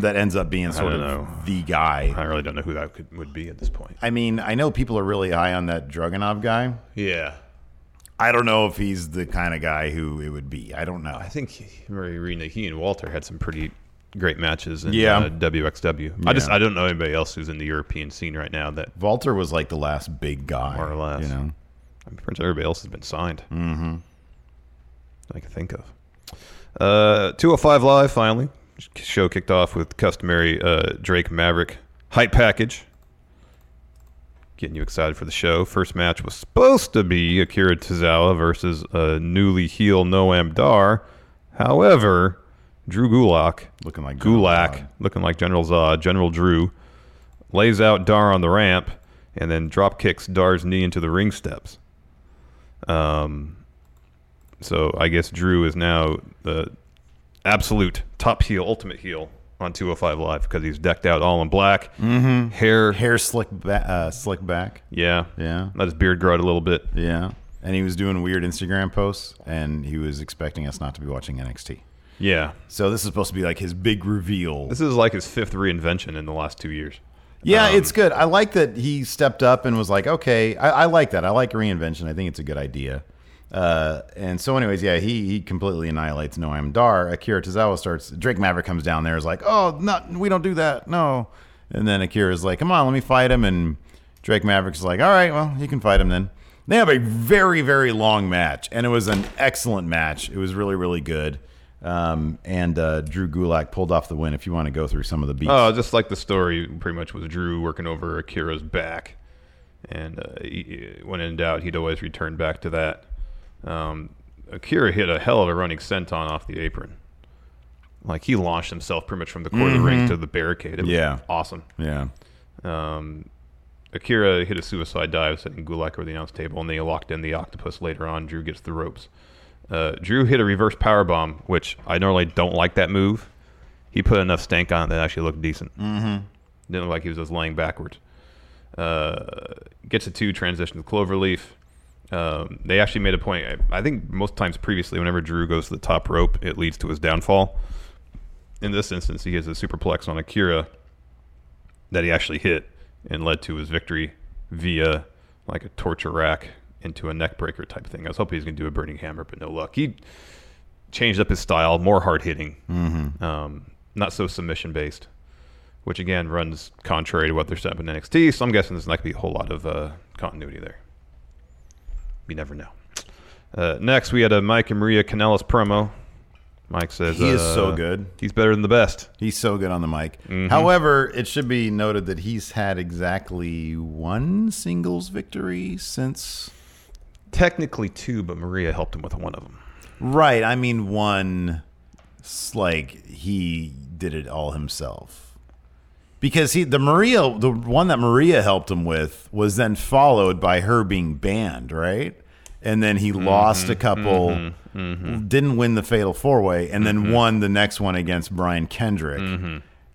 that ends up being sort of don't know. the guy. I really don't know who that could, would be at this point. I mean, I know people are really high on that Dragunov guy. Yeah, I don't know if he's the kind of guy who it would be. I don't know. I think Murray Rena, he and Walter had some pretty great matches in Yeah. uh, WXW. I just Yeah. I don't know anybody else who's in the European scene right now that Walter was like the last big guy, More or less. You know, I'm pretty sure everybody else has been signed. Mm-hmm. I can think of. Uh, 205 Live finally. Show kicked off with customary uh, Drake Maverick hype package. Getting you excited for the show. First match was supposed to be Akira Tozawa versus uh, newly heel Noam Dar. However, Drew Gulak, looking like Gulak, looking like General Zod, General Drew, lays out Dar on the ramp and then drop kicks Dar's knee into the ring steps. Um, so I guess Drew is now the absolute top heel, ultimate heel on 205 Live because he's decked out all in black, mm-hmm. hair, hair slick, ba- uh, slick back. yeah, Yeah. let his beard grow out a little bit. Yeah, and he was doing weird Instagram posts, and he was expecting us not to be watching NXT. Yeah, So this is supposed to be like his big reveal. this is like his fifth reinvention in the last two years. Yeah, it's good. I like that he stepped up and was like, okay, I, I like that. I like reinvention. I think it's a good idea. Uh, and so, anyways, yeah, he he completely annihilates Noam Dar. Akira Tozawa starts. Drake Maverick comes down there, is like, oh, no, we don't do that, no. And then Akira's like, come on, let me fight him. And Drake Maverick's like, all right, well, you can fight him then. They have a very very long match, and it was an excellent match. It was really really good. Um, and uh, Drew Gulak pulled off the win. If you want to go through some of the beats, Oh, just like the story, pretty much was Drew working over Akira's back, and uh, he- he- when in doubt, he'd always return back to that. Um, Akira hit a hell of a running senton off the apron, like he launched himself pretty much from the corner of the ring to the barricade. It was Yeah. awesome. yeah. Um, Akira hit a suicide dive, setting Gulak over the announce table, and they locked in the octopus later on. Drew gets the ropes. Uh, Drew hit a reverse power bomb, which I normally don't like that move. He put enough stank on it that it actually looked decent. Mm-hmm. Didn't look like he was just laying backwards. Uh, gets a two transition to Cloverleaf. Um, they actually made a point. I, I think most times previously, whenever Drew goes to the top rope, it leads to his downfall. In this instance, he has a superplex on Akira that he actually hit and led to his victory via like a torture rack into a neck breaker type thing. I was hoping he was going to do a burning hammer, but no luck. He changed up his style, more hard hitting, Mm-hmm. um, not so submission based, which again runs contrary to what they're set up in NXT. So I'm guessing there's not going to be a whole lot of uh, continuity there. You never know. Uh, next, we had a Mike and Maria Canellas promo. Mike says He is so uh, good. He's better than the best. He's so good on the mic. However, it should be noted that he's had exactly one singles victory since. Technically two, but Maria helped him with one of them. Right. I mean, one. s- Like he did it all himself. Because he, the Maria, the one that Maria helped him with was then followed by her being banned, right? And then he lost a couple, didn't win the fatal four way, and then won the next one against Brian Kendrick.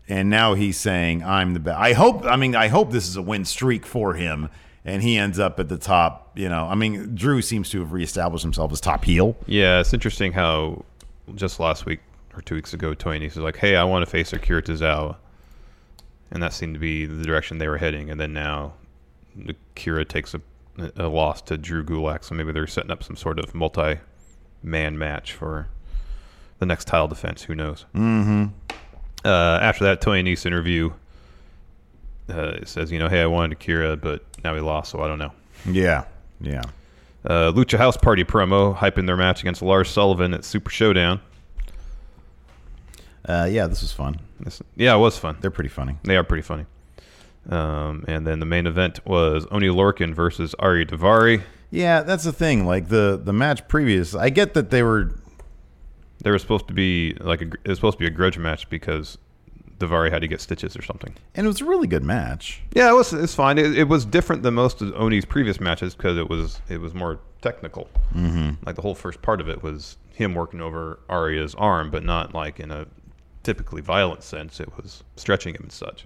and now he's saying I'm the best. I hope. I mean, I hope this is a win streak for him, and he ends up at the top. You know, I mean, Drew seems to have reestablished himself as top heel. Yeah, it's interesting how just last week or two weeks ago, Tony Nese was like, "Hey, I want to face Akira Tozawa," and that seemed to be the direction they were heading. And then now, Akira takes a, a loss to Drew Gulak, so maybe they're setting up some sort of multi-man match for the next title defense. Who knows? Mm-hmm. Uh, after that, Tony Nese interview uh, says, you know, hey, I wanted Akira, but now we lost, so I don't know. Yeah. Yeah. Uh, Lucha House Party promo hyping their match against Lars Sullivan at Super Showdown. Uh, yeah, this was fun. This- yeah, it was fun. They're pretty funny. They are pretty funny. Um, and then the main event was Oni Lorkin versus Ari Davari. Yeah, that's the thing. Like the the match previous, I get that they were There was supposed to be like a, gr- it was supposed to be a grudge match because Davari had to get stitches or something. and it was a really good match. Yeah, it was it's fine. It, it was different than most of Oni's previous matches because it was it was more technical. Mm-hmm. Like the whole first part of it was him working over Arya's arm, but not like in a typically violent sense. It was stretching him and such.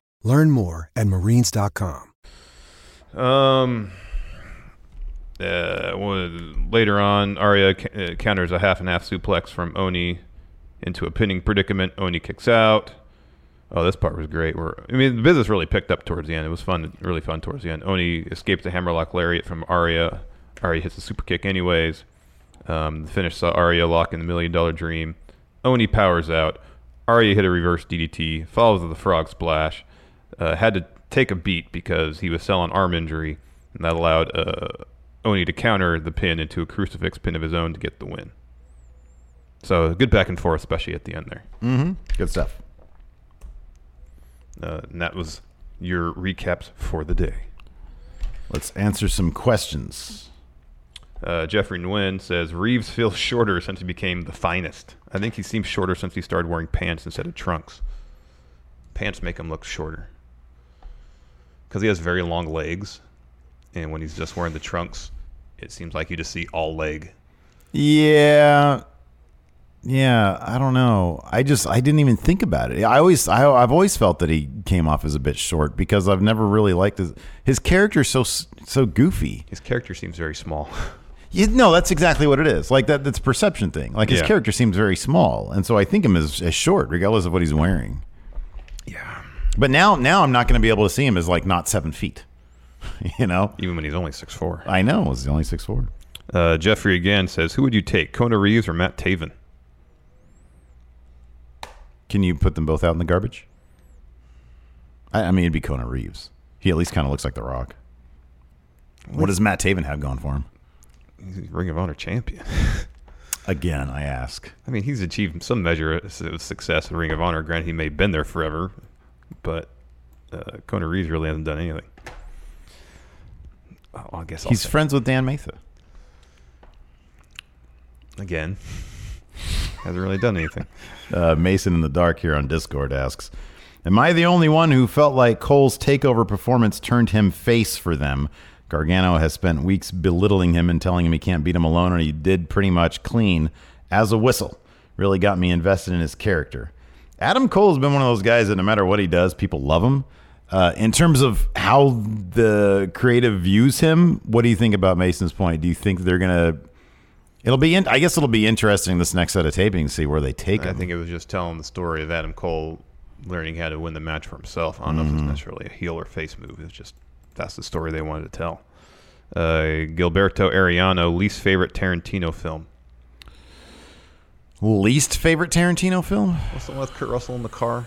Learn more at marines.com. Um. Uh, well, later on, Arya ca- uh, counters a half and half suplex from Oni into a pinning predicament. Oni kicks out. Oh, this part was great. Where I mean, the business really picked up towards the end. It was fun, really fun towards the end. Oni escapes the hammerlock lariat from Arya. Arya hits a super kick, anyways. Um, the finish saw Arya lock in the million dollar dream. Oni powers out. Arya hit a reverse DDT, follows with a frog splash. Uh, had to take a beat because he was selling arm injury, and that allowed uh, Oni to counter the pin into a crucifix pin of his own to get the win. So good back and forth, especially at the end there. Good stuff. Uh, and that was your recaps for the day. Let's answer some questions. Uh, Jeffrey Nguyen says Reeves feels shorter since he became the finest. I think he seems shorter since he started wearing pants instead of trunks. Pants make him look shorter because he has very long legs, and when he's just wearing the trunks, it seems like you just see all leg. Yeah. Yeah, I don't know. I just I didn't even think about it. I always I, I've always felt that he came off as a bit short because I've never really liked his his character's so s- so goofy. His character seems very small. You, no, that's exactly what it is. Like that that's a perception thing. Like his Yeah. character seems very small, and so I think him as, as short regardless of what he's wearing. yeah, But now now I'm not going to be able to see him as like not 7 feet. you know? even when he's only six four. I know, he's only six four. Uh, Jeffrey again says, "Who would you take, Kona Reeves or Matt Taven?" Can you put them both out in the garbage? I, I mean, it'd be Kona Reeves. He at least kind of looks like The Rock. What does Matt Taven have going for him? He's a Ring of Honor champion. Again, I ask. I mean, he's achieved some measure of success in Ring of Honor. Granted, he may have been there forever, but uh, Conor Reeves really hasn't done anything. Oh, I guess I'll He's say- friends with Dan Matha. again. hasn't really done anything. Uh, Mason in the Dark here on Discord asks Am I the only one who felt like Cole's takeover performance turned him face for them? Gargano has spent weeks belittling him and telling him he can't beat him alone, and he did pretty much clean as a whistle. Really got me invested in his character. Adam Cole's been one of those guys that no matter what he does, people love him. Uh, in terms of how the creative views him, what do you think about Mason's point? Do you think they're gonna? It'll be. In, I guess it'll be interesting this next set of taping to see where they take I him. think it was just telling the story of Adam Cole learning how to win the match for himself. I don't know if it's necessarily a heel or face move. It's just that's the story they wanted to tell. Uh, Gilberto Ariano, least favorite Tarantino film. Least favorite Tarantino film? What's the one with Kurt Russell in the car?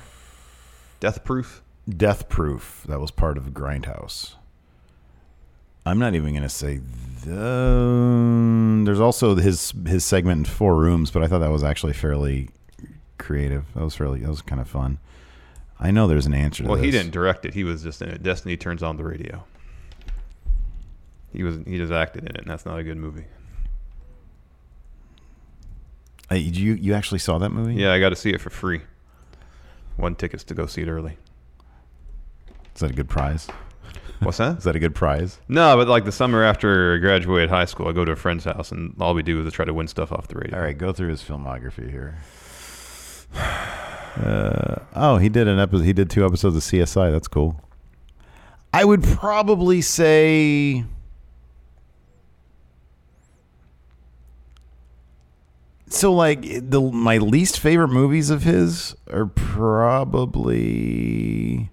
Death Proof. Death Proof. That was part of Grindhouse. I'm not even going to say the. There's also his his segment in Four Rooms, but I thought that was actually fairly creative. That was fairly that was kind of fun. I know there's an answer. Well, to he this. didn't direct it. He was just in it. Destiny turns on the radio. He was he just acted in it, and that's not a good movie. Uh, you you actually saw that movie? Yeah, I got to see it for free. One tickets to go see it early. Is that a good prize? What's that? Is that a good prize? No, but like the summer after I graduated high school, I go to a friend's house, and all we do is try to win stuff off the radio. All right, go through his filmography here. Uh, oh, he did an episode. He did two episodes of CSI. That's cool. I would probably say so. Like the my least favorite movies of his are probably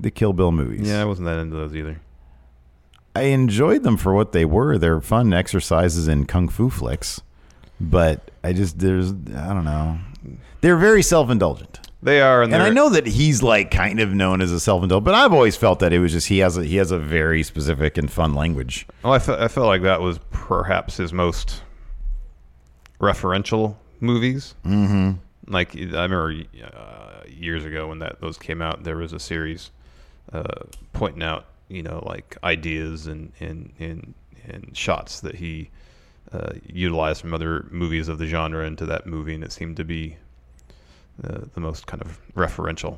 the Kill Bill movies. Yeah, I wasn't that into those either. I enjoyed them for what they were. They're fun exercises in kung fu flicks, but I just there's I don't know. They're very self indulgent, They are, and, and I they're- know that he's like kind of known as a self indulgent. But I've always felt that it was just he has a he has a very specific and fun language. Oh, I, fe- I felt like that was perhaps his most referential movies. Mm-hmm. Like I remember uh, years ago when that those came out, there was a series uh, pointing out, you know, like ideas and and and, and shots that he uh, utilized from other movies of the genre into that movie, and it seemed to be uh, the most kind of referential.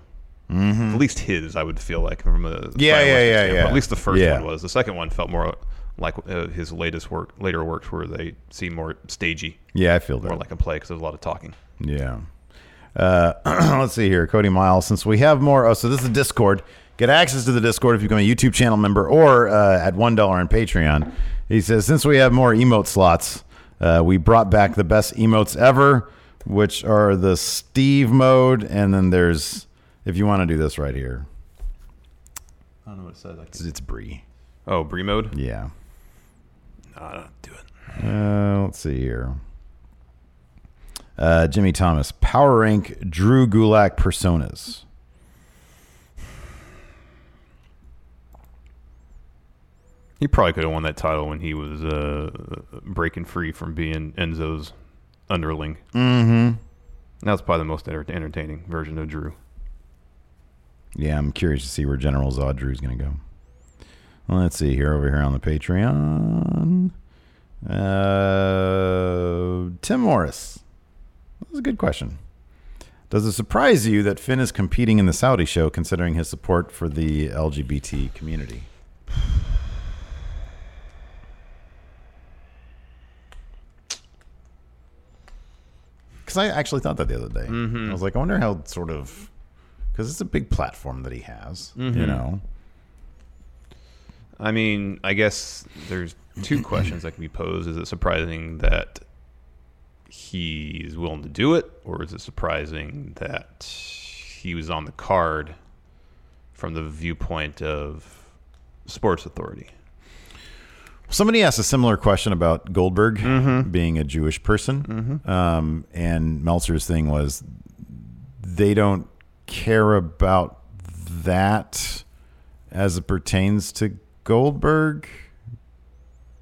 Mhm. At least his, I would feel like from a Yeah, stylistic yeah, yeah, standpoint. yeah. At least the first Yeah. one was. The second one felt more like uh, his latest work, later works, where they seem more stagey. Yeah, I feel more that. like a play because there's a lot of talking. Yeah. Uh, let's see here, Cody Miles. Since we have more, oh, so this is Discord. Get access to the Discord if you become a YouTube channel member or uh, at one dollar on Patreon. He says, since we have more emote slots, uh, we brought back the best emotes ever, which are the Steve mode, and then there's if you want to do this right here, I don't know what it says. Like it's, it's Bree. Oh, Bree mode. Yeah. No, I don't do it. Uh, let's see here. Uh, Jimmy Thomas, power rank Drew Gulak personas. He probably could have won that title when he was uh, breaking free from being Enzo's underling. Mm-hmm. That's probably the most enter- entertaining version of Drew. Yeah, I'm curious to see where General Zodru is going to go. Well, let's see here over here on the Patreon. Uh, Tim Morris. That was a good question. Does it surprise you that Finn is competing in the Saudi show considering his support for the LGBT community? Because I actually thought that the other day. I was like, I wonder how sort of. Because it's a big platform that he has, you Mhm. know? I mean, I guess there's two questions that can be posed. Is it surprising that he's willing to do it, or is it surprising that he was on the card from the viewpoint of Sports Authority? Somebody asked a similar question about Goldberg Mm-hmm. being a Jewish person, um, and Meltzer's thing was they don't care about that as it pertains to Goldberg.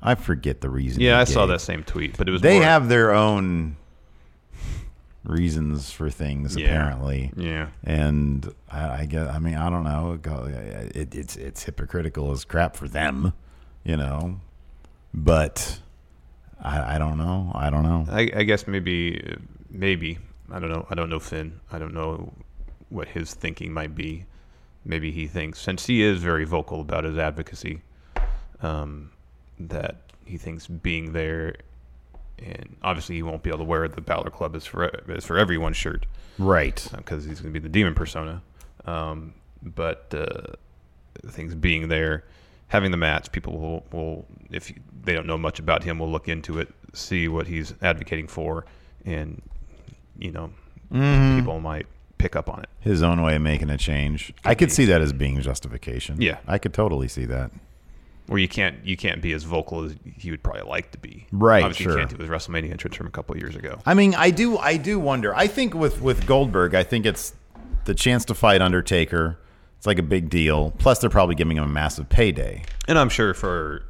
I forget the reason. Yeah, he I saw gave. that same tweet, but it was They more- have their own reasons for things, Yeah. apparently. Yeah. and I, I guess I mean I don't know. It go- It, it's it's hypocritical as crap for them, you know. But I, I don't know. I don't know. I, I guess maybe, maybe I don't know. I don't know Finn. I don't know what his thinking might be. Maybe he thinks, since he is very vocal about his advocacy, um, that he thinks being there, and obviously he won't be able to wear the Balor Club is for is for everyone shirt, right? Because he's going to be the demon persona. Um, but uh, things being there, having the match, people will, will if they don't know much about him, will look into it, see what he's advocating for, and you know, Mhm. people might pick up on it. His own way of making a change. I could see that as being justification. Yeah. I could totally see that. Where you can't you can't be as vocal as he would probably like to be. Right, Obviously, sure. you can't do his WrestleMania entrance from a couple of years ago. I mean, I do, I do wonder. I think with with Goldberg, I think it's the chance to fight Undertaker. It's like a big deal. Plus, they're probably giving him a massive payday. And I'm sure for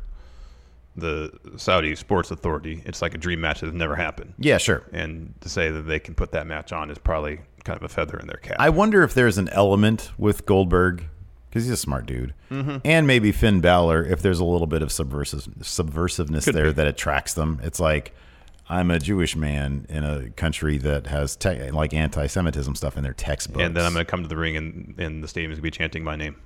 the Saudi Sports Authority, it's like a dream match that's never happened. Yeah, sure. And to say that they can put that match on is probably kind of a feather in their cap. I wonder if there's an element with Goldberg because he's a smart dude, Mhm. and maybe Finn Balor. If there's a little bit of subversive subversiveness Could there be. that attracts them, it's like I'm a Jewish man in a country that has te- like anti-Semitism stuff in their textbooks, and then I'm going to come to the ring, and, and the stadium's going to be chanting my name.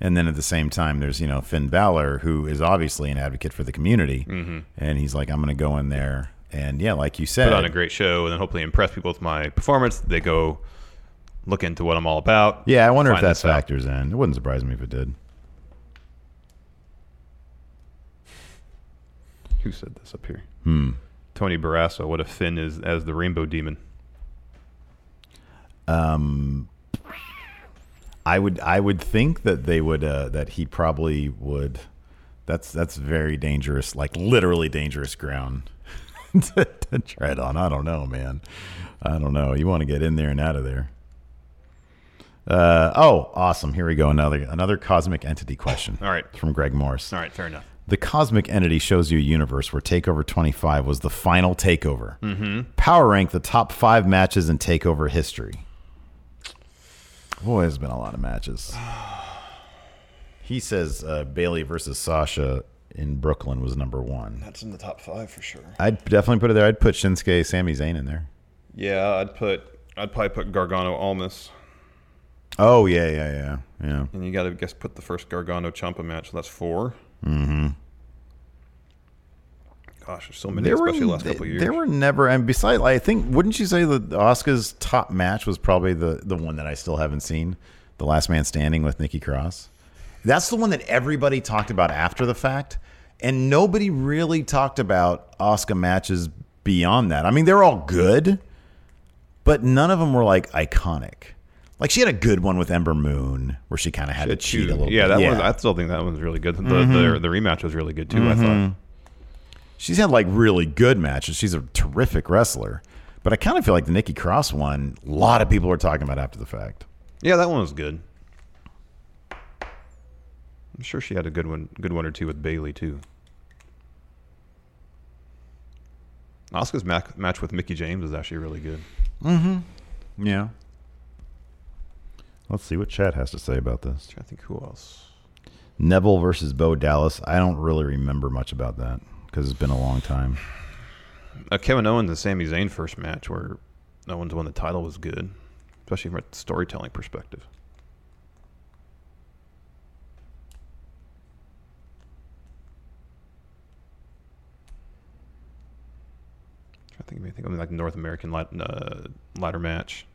And then at the same time, there's you know Finn Balor who is obviously an advocate for the community, Mhm. and he's like, I'm going to go in there, and yeah, like you said, put on a great show, and then hopefully impress people with my performance. They go look into what I'm all about. yeah, I wonder if find that this out. factors in. It wouldn't surprise me if it did. Who said this up here? Hmm. Tony Barrasso. What if Finn is as the Rainbow Demon? Um, I would I would think that they would uh, that he probably would. That's that's very dangerous, like literally dangerous ground to, to tread on. I don't know, man. I don't know. You want to get in there and out of there. Uh, oh, awesome! Here we go. Another another cosmic entity question. All right. It's from Greg Morris. All right, fair enough. The cosmic entity shows you a universe where Takeover 25 was the final takeover. Mm-hmm. Mhm. Power rank the top five matches in Takeover history. Boy, there's been a lot of matches. He says uh, Bailey versus Sasha in Brooklyn was number one. That's in the top five for sure. I'd definitely put it there. I'd put Shinsuke, Sami Zayn in there. Yeah, I'd put I'd probably put Gargano Almas, Oh yeah, yeah, yeah, yeah. and you got to guess put the first Gargano Champa match. That's four. Mm-hmm. Gosh, there's so many, especially the last couple of years. There were never, and besides, I think, wouldn't you say that Oscar's top match was probably the the one that I still haven't seen, the Last Man Standing with Nikki Cross. That's the one that everybody talked about after the fact, and nobody really talked about Oscar matches beyond that. I mean, they're all good, but none of them were like iconic. Like she had a good one with Ember Moon, where she kind of had to cheat a little. yeah, bit. that one. I still think that one's really good. The, the, Mhm. the rematch was really good too. I thought. Mhm. She's had like really good matches. She's a terrific wrestler. But I kind of feel like the Nikki Cross one, a lot of people were talking about after the fact. Yeah, that one was good. I'm sure she had a good one, good one or two with Bailey too. Oscar's match, match with Mickey James is actually really good. Mm-hmm. Yeah. Let's see what Chad has to say about this. I think who else? Neville versus Bo Dallas. I don't really remember much about that because it's been a long time. Uh, Kevin Owens and Sami Zayn first match where Owens won the title was good, especially from a storytelling perspective. I think maybe think of like North American lat- uh, ladder match,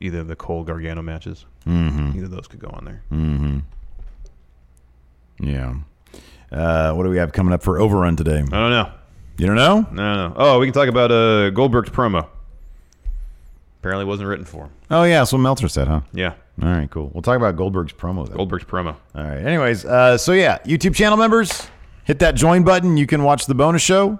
either of the Cole Gargano matches. Mhm. Either of those could go on there. Mm-hmm. Yeah. Uh, what do we have coming up for Overrun I today? don't know. You don't know? No, no. Oh, we can talk about uh, Goldberg's promo. Apparently, wasn't written for him. Oh yeah, so Meltzer said, huh? Yeah. All right, cool. We'll talk about Goldberg's promo then. Goldberg's promo. All right. Anyways, uh, so yeah, YouTube channel members, hit that join button. You can watch the bonus show.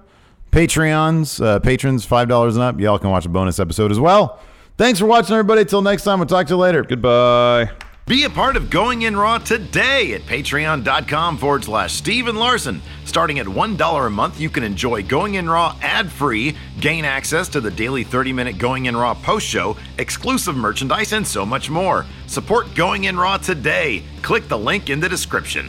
Patreons, uh, patrons, five dollars and up, y'all can watch a bonus episode as well. Thanks for watching, everybody. Till next time, we'll talk to you later. Goodbye. Be a part of Going In Raw today at patreon.com forward slash Steven Larson. Starting at $1 a month, you can enjoy Going In Raw ad free, gain access to the daily 30 minute Going In Raw post show, exclusive merchandise, and so much more. Support Going In Raw today. Click the link in the description.